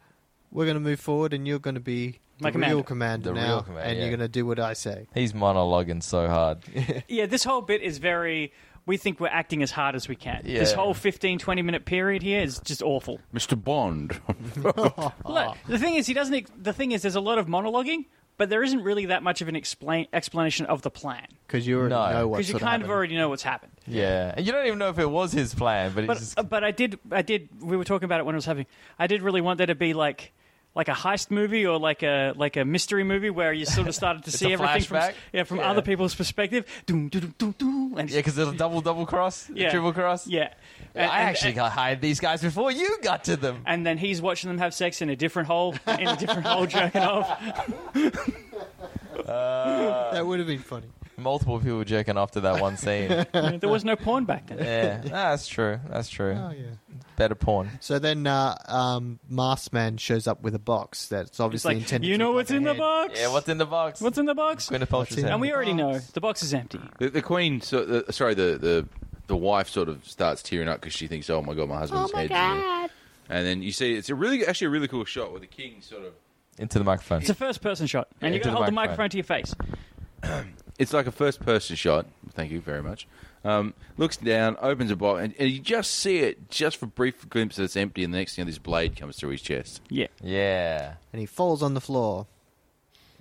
We're going to move forward, and you're going to be the My commander. real commander The now, real commander, and you're yeah. going to do what I say." He's monologuing so hard. Yeah, this whole bit is very, we think we're acting as hard as we can. Yeah. This whole 15, 20 minute period here is just awful. Mr. Bond. Ah. Look, the thing is, he doesn't, ex- the thing is, there's a lot of monologuing, but there isn't really that much of an explain, explanation of the plan. Because you already No. know what's Because you gonna kind of happen. already know what's happened. Yeah. And you don't even know if it was his plan, but, But it's just, uh, but I did I did we were talking about it when I was having I did really want there to be like like a heist movie or like a like a mystery movie where you sort of started to see a everything from flashback. yeah from Yeah. other people's perspective. Doom, doom, doom, doom, and yeah, because it'll double, double cross, triple cross. Yeah. I actually got hired these guys before you got to them. and then he's watching them have sex in a different hole, in a different hole, jerking off. That would have been funny. Multiple people jerking off to that one scene. There was no porn back then. yeah, Nah, that's true. That's true. Oh yeah. Better porn. So then, uh, um, Masked Man shows up with a box that's It's obviously like intended. you to know look what's like a in the hand. box. Yeah, what's in the box? what's in the box? Gwyneth Paltrow's in head. and we already know box? the box is empty. the, the Queen, so, uh, sorry, the, the, the wife sort of starts tearing up because she thinks, oh my God, my husband's head. And then you see, it's a really, actually a really cool shot where the king sort of Into the microphone. It's a first-person shot, and Yeah, you got to to the hold the microphone. microphone to your face. it's like a first person shot. Thank you very much. Um, looks down, opens a box, and, and you just see it just for a brief glimpse that it's empty, and the next thing this blade comes through his chest. Yeah. Yeah. And he falls on the floor,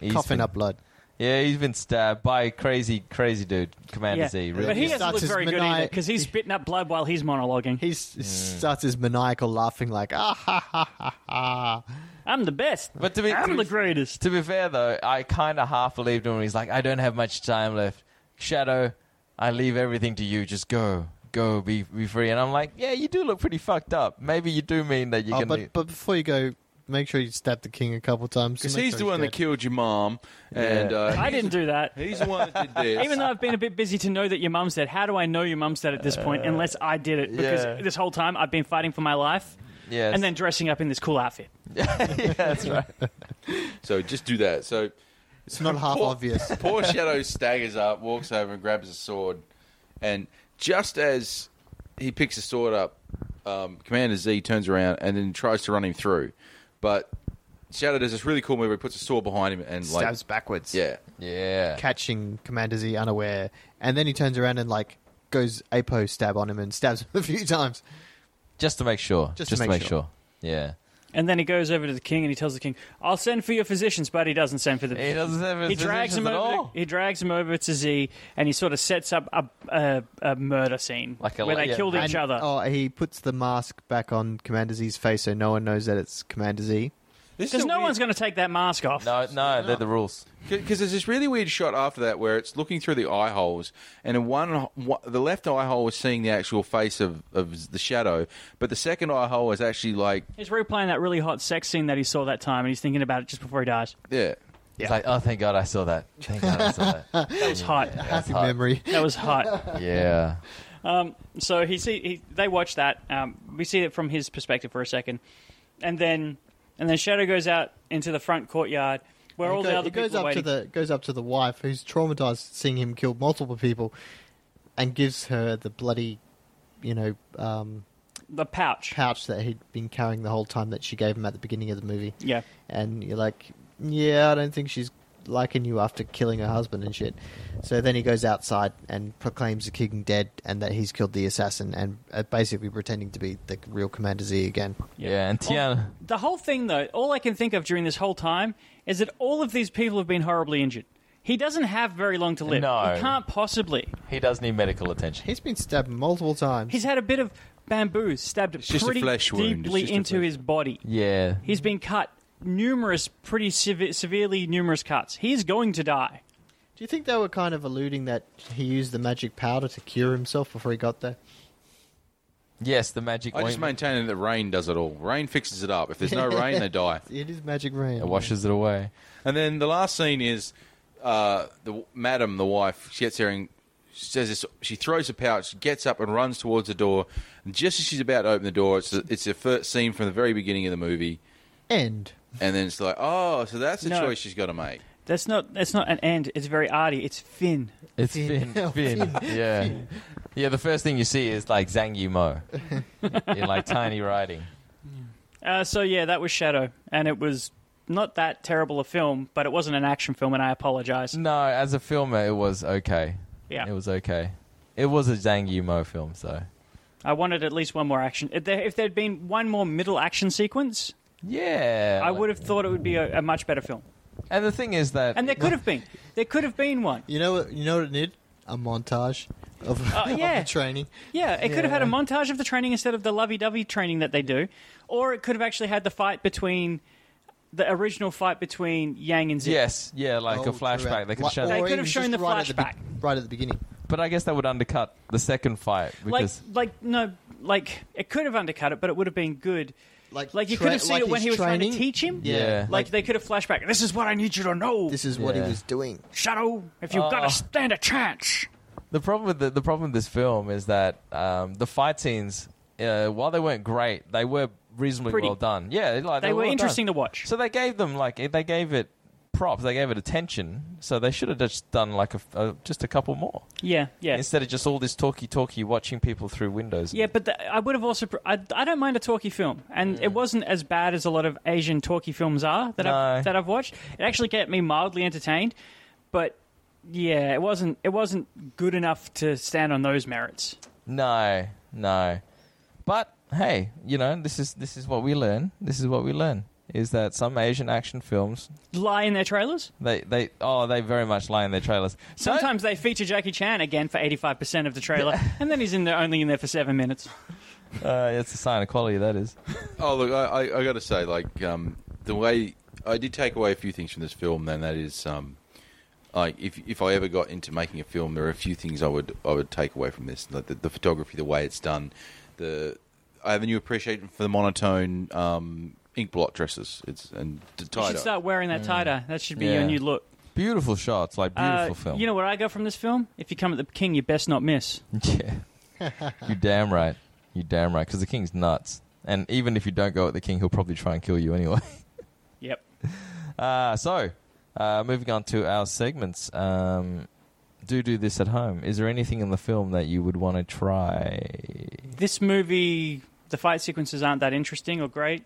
He's coughing been- up blood. Yeah, he's been stabbed by crazy, crazy dude, Commander Yeah. Z. But Really. he He doesn't starts look his very good either maniac- because he's spitting up blood while he's monologuing. He Mm. s- starts his maniacal laughing, like ah ha ha ha ha. I'm the best. But to be- I'm to the be- greatest. To be fair, though, I kind of half believed him when he's like, I don't have much time left. Shadow, I leave everything to you. Just go. Go. Be, be free. And I'm like, yeah, you do look pretty fucked up. Maybe you do mean that you Oh, can. but leave- but before you go, make sure you stab the king a couple times. to Because make he's sure the one that dead. killed your mom, and Yeah. uh, I he's- didn't do that. He's the one that did this. Even though I've been a bit busy to know that your mum's dead, how do I know your mum's dead at this point unless I did it? Because Uh, yeah. this whole time I've been fighting for my life yes. and then dressing up in this cool outfit. yeah, that's right. so just do that. So It's not half Poor- obvious. Poor Shadow staggers up, walks over, and grabs a sword. And just as he picks the sword up, um, Commander Z turns around and then tries to run him through. But Shadow does this really cool move where he puts a sword behind him and like Stabs backwards. Yeah. Yeah. catching Commander Z unaware, and then he turns around and like goes apo stab on him and stabs him a few times. Just to make sure. Just, to make sure. Yeah. And then he goes over to the king and he tells the king, I'll send for your physicians, but he doesn't send for the He doesn't have He drags him at over. all. He drags him over to Z, and he sort of sets up a, a, a murder scene Like a- where they yeah. killed each And- other. Oh, he puts the mask back on Commander Z's face so no one knows that it's Commander Z. This Because no one's going to take that mask off. No, no, they're the rules. because there's this really weird shot after that where it's looking through the eye holes, and in one, one the left eye hole is seeing the actual face of, of the shadow, but the second eye hole is actually like He's replaying that really hot sex scene that he saw that time, and he's thinking about it just before he dies. yeah. It's like, oh, thank God I saw that. Thank God I saw that. That was hot. Happy hot. memory. That was hot. Yeah. So he see he, they watch that. Um, we see it from his perspective for a second, and then and then Shadow goes out into the front courtyard where all He the go- other he goes people are up waiting. to the goes up to the wife who's traumatized seeing him kill multiple people, and gives her the bloody, you know, um, the pouch. pouch that he'd been carrying the whole time that she gave him at the beginning of the movie. Yeah. and you're like, yeah, I don't think she's liking you after killing her husband and shit. So then he goes outside and proclaims the king dead and that he's killed the assassin and uh, basically pretending to be the real Commander Z again. Yeah. And Tiana. The whole thing, though, all I can think of during this whole time is that all of these people have been horribly injured. He doesn't have very long to live. No. He can't possibly. He does need medical attention. He's been stabbed multiple times. He's had a bit of bamboo stabbed just a pretty flesh wound. It's deeply just a into flesh- his body. Yeah. He's been cut numerous, pretty seve- severely numerous cuts. He's going to die. Do you think they were kind of alluding that he used the magic powder to cure himself before he got there? Yes, the magic I just ointment. maintain that rain does it all. Rain fixes it up. If there's no rain, they die. It is magic rain. It washes it away. And then the last scene is uh, the madam, the wife, she gets there and she says this. She throws the pouch, gets up and runs towards the door. And just as she's about to open the door, it's it's the first scene from the very beginning of the movie. End. And then it's like, oh, so that's the No. choice she's got to make. That's not. That's not an end. It's very arty. It's Finn. It's Finn. Finn. Finn. Yeah. Yeah, the first thing you see is like Zhang Yimou in like tiny writing. Uh, so yeah, that was Shadow, and it was not that terrible a film, but it wasn't an action film, and I apologize. No, as a filmer, it was okay. Yeah. It was okay. It was a Zhang Yimou film, so. I wanted at least one more action. If there, if there'd been one more middle action sequence, Yeah. I would have thought it would be a, a much better film. And the thing is that. And there could have been. There could have been one. You know what? You know what it needed? A montage of, of Oh, yeah. the training. Yeah, it could have had a montage of the training instead of the lovey-dovey training that they do, or it could have actually had the fight between the original fight between Yang and Zip. Yes, yeah, like Oh, a flashback. throughout. They could Like- show They or could have even shown the just right at be- flashback. right at the beginning. But I guess that would undercut the second fight like because like no, like it could have undercut it, but it would have been good. Like, Like you tra- could have seen like it when his he was trying training. to teach him. Yeah. Yeah. Like, they could have flashback. This is what I need you to know, This is what he Yeah. was doing. Shadow. If you've got Oh. to stand a chance. the problem with the, the problem with this film is that um, the fight scenes, uh, while they weren't great, they were reasonably Pretty. well done. Yeah, like They, they, were well interesting done. to watch. So they gave them like eh, they gave it props, they gave it attention. So they should have just done like a, f- uh just a couple more yeah, yeah. instead of just all this talky talky watching people through windows. Yeah, but the, I would have also. pr- I, I don't mind a talkie film, and Mm. it wasn't as bad as a lot of Asian talkie films are that No. I've that I've watched. It actually kept me mildly entertained, but yeah, it wasn't it wasn't good enough to stand on those merits. No, no. But hey, you know this is this is what we learn. This is what we learn is that some Asian action films Lie in their trailers. They they oh they very much lie in their trailers. So- Sometimes they feature Jackie Chan again for eighty five percent of the trailer, and then he's in there only in there for seven minutes. uh, it's a sign of quality that is. Oh look, I, I, I got to say, like um, the way I did take away a few things from this film, and that is, um, like if if I ever got into making a film, there are a few things I would I would take away from this, like the, the photography, the way it's done, the I have a new appreciation for the monotone um, ink blot dresses. It's and the You tie should start wearing that tie dye. That should be Mm. Yeah. your new look. Beautiful shots, like Uh, beautiful film. Mm. You know what I got from this film? If you come at the king, you best not miss. yeah. you damn right. You damn right. Because the king's nuts, and even if you don't go at the king, he'll probably try and kill you anyway. Yep. Uh, so, uh, moving on to our segments. Um, do do this at home. Is there anything in the film that you would want to try? this movie, the fight sequences aren't that interesting or great.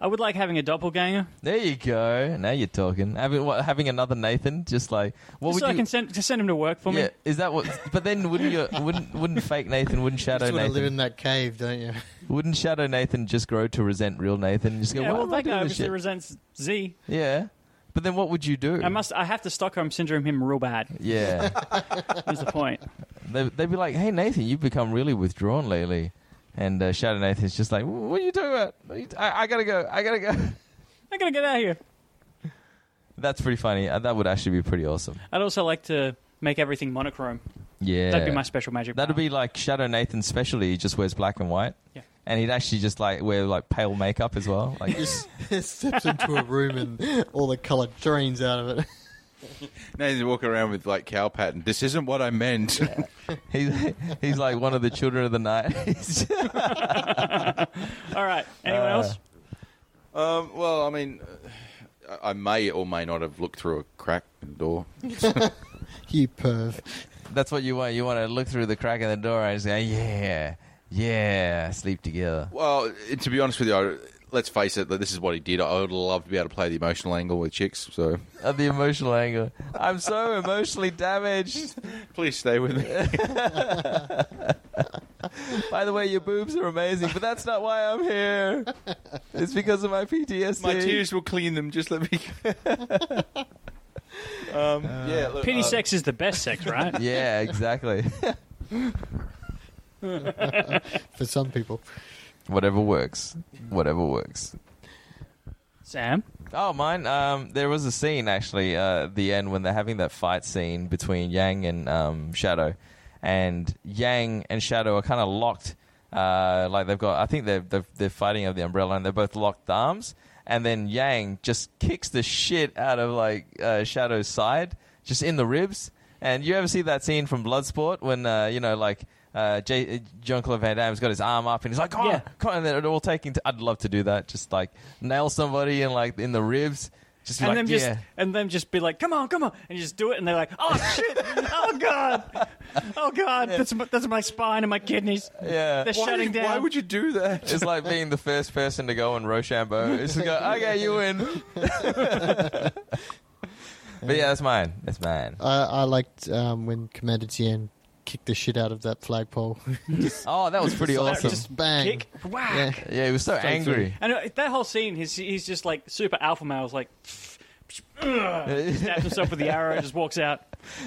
I would like having a doppelganger, There you go. Now you're talking. Having what, having another Nathan, just like what just would so you? I can send, to send him to work for yeah, me. is that what? But then wouldn't you? Wouldn't wouldn't fake Nathan? Wouldn't shadow Just want to Nathan? live in that cave, don't you? Wouldn't Shadow Nathan just grow to resent real Nathan? and Just go, Yeah, "Why well, am I that guy doing this obviously shit?" resents Z. yeah, but then what would you do? I must. I have to Stockholm syndrome him real bad. Yeah, Is the point? they, they'd be like, "Hey Nathan, you've become really withdrawn lately," and uh, Shadow Nathan's just like, "What are you doing? About? What are you- I, I gotta go. I gotta go." I gotta get out of here. That's pretty funny. Uh, That would actually be pretty awesome. I'd also like to make everything monochrome. Yeah, That'd be my special magic. That'd power. be like Shadow Nathan's specialty. He just wears black and white. Yeah. And he'd actually just like wear like pale makeup as well. Like Just steps into a room and all the colour drains out of it. Now he's walking around with like cow pattern. This isn't what I meant. he's he's like one of the children of the night. He's just- All right. Anyone uh, else? um, well, I mean. uh, I I may or may not have looked through a crack in the door. You perv. That's what you want. You want to look through the crack in the door and say, "Yeah, yeah, sleep together." Well, it- to be honest with you, I, let's face it. that This is what he did. I would love to be able to play the emotional angle with chicks. So Uh, the emotional angle. I'm so emotionally damaged. please stay with me. By the way, your boobs are amazing, but that's not why I'm here. It's because of my PTSD. My tears will clean them. Just let me. Um, yeah, look, Pity uh, sex is the best sex, right? Yeah, exactly. for some people. Whatever works. Whatever works. Sam. Oh, mine. Um, there was a scene actually uh, at the end when they're having that fight scene between Yang and um, Shadow, and Yang and Shadow are kind of locked. Uh, like they've got, I think they're, they're they're fighting over the umbrella, and they're both locked arms. And then Yang just kicks the shit out of like uh, Shadow's side, just in the ribs. And you ever see that scene from Bloodsport when uh, you know like. Uh, J- John Claude Van Damme's got his arm up and he's like, "Oh, "Come Yeah. on, come on!" And they're all taking. T- I'd love to do that. Just like nail somebody in like in the ribs. Just be and like, then just yeah. and then just be like, "Come on, come on," and you just do it, and they're like, "Oh shit! oh god! Oh god! That's my, that's my spine and my kidneys. Yeah. They're shutting down." Why would you do that? It's like being the first person to go on Rochambeau. It's just go, okay, you win. but yeah, that's mine. That's mine. I, I liked um, when Commander Tien kicked the shit out of that flagpole. Oh, that was pretty awesome. Just bang. kick? Whack! Yeah. yeah, he was so angry. And uh, that whole scene, he's, he's just like super alpha male. Is like, ugh, stabs himself with the arrow, just walks out.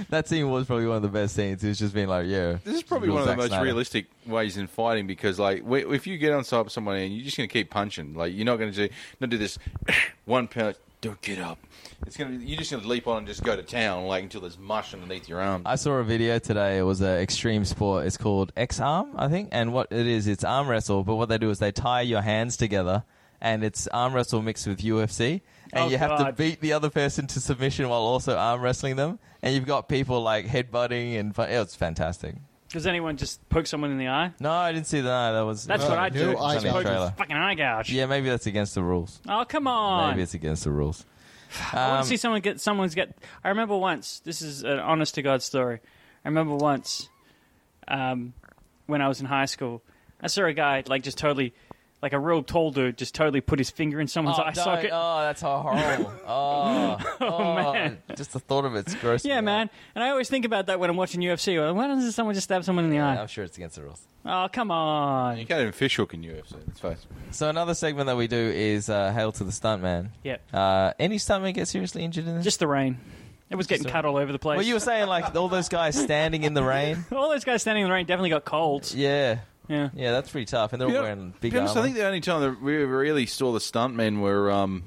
That scene was probably one of the best scenes. He was just being like, yeah. This is probably real one of the Zack most Snyder. realistic ways in fighting because, like, wh- if you get on top of someone and you're just going to keep punching, like, you're not going to do not do this one punch. Don't get up. It's going to you're just going to leap on and just go to town, like until there's mush underneath your arm. I saw a video today. It was an extreme sport. It's called X Arm, I think. And what it is, it's arm wrestle. But what they do is they tie your hands together, and it's arm wrestle mixed with UFC. And Oh, you have to God. beat the other person to submission while also arm wrestling them. And you've got people like headbutting, and fu- it was fantastic. Does anyone just poke someone in the eye? No, I didn't see that. That was That's uh, what I no, do. I Just don't. poke Trailer. fucking eye gouge. Yeah, maybe that's against the rules. Oh come on! Maybe it's against the rules. I want Um, to see someone get someone's get. I remember once. This is an honest to god story. I remember once, um, when I was in high school, I saw a guy like just totally, like a real tall dude, just totally put his finger in someone's Oh, eye don't. socket. oh, that's horrible. oh, oh, man. Just the thought of it's gross. me yeah, out. man. And I always think about that when I'm watching UFC. Like, Why doesn't someone just stab someone in the Yeah, I'm eye? sure it's against the rules. Oh come on! you can't even fish hook in UFC. Let's face it. So another segment that we do is uh, hail to the stuntman. Yeah, Uh, any stuntman get seriously injured in this? just the rain. It was getting cut all over the place. well, you were saying like all those guys standing in the rain. all those guys standing in the rain definitely got colds. Yeah, Yeah. yeah, that's pretty tough, and they're all wearing big be honest, armor. I think the only time that we really saw the stuntmen were um,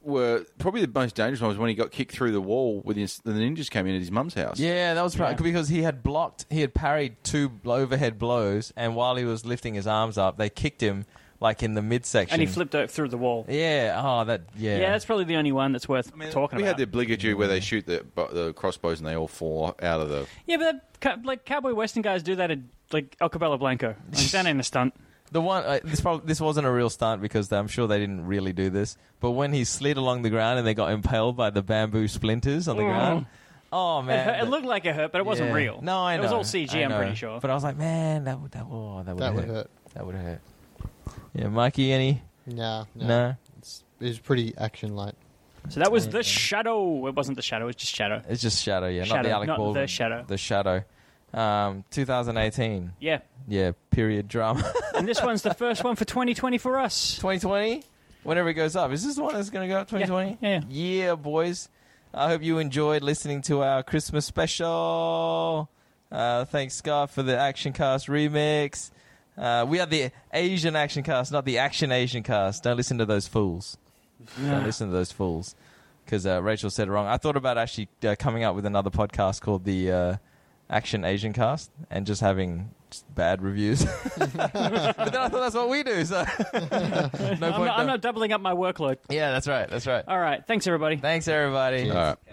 were probably the most dangerous one was when he got kicked through the wall with his, the ninjas came in at his mum's house. yeah, that was probably because he had blocked, he had parried two overhead blows, and while he was lifting his arms up, they kicked him like in the midsection. And he flipped o- through the wall. Yeah. Oh, that. Yeah. Yeah. that's probably the only one that's worth I mean, talking we about. had Mm. the obligatory where they shoot the bu- the crossbows and they all fall out of the. Yeah, but that, ca- like cowboy western guys do that at like El Cabello Blanco. Like, that ain't a stunt. The one uh, this probably this wasn't a real stunt because I'm sure they didn't really do this. But when he slid along the ground and they got impaled by the bamboo splinters on the ground, oh Mm. It, man, hurt- it looked like it hurt, but it wasn't yeah. real. No, I know It was all CG. I I'm know. pretty sure. But I was like, man, that would that oh, that would That hurt. would hurt. That would hurt. Yeah, Mikey, any No, no. no? It's, it was pretty action light. so that was the shadow. It wasn't the shadow. It was just shadow. It's just Shadow. Yeah, not Shadow, the Alec not Baldwin. the Shadow. The Shadow. Um, 2018. Yeah, Yeah, period drama. and this one's the first one for 2020 for us. 2020, whenever it goes up. Is this the one that's going to go up 2020? Yeah, yeah. boys. I hope you enjoyed listening to our Christmas special. Uh, thanks, Scott, for the Action Cast remix. Uh, we are the Asian Action Cast, not the Action Asian Cast. Don't listen to those fools. Don't listen to those fools. Because uh, Rachel said it wrong. I thought about actually uh, coming up with another podcast called the uh, Action Asian Cast and just having just bad reviews. but then I thought that's what we do. So no I'm point. not, I'm not doubling up my workload. Yeah, that's right. That's right. All right, thanks everybody. Thanks, everybody. All right.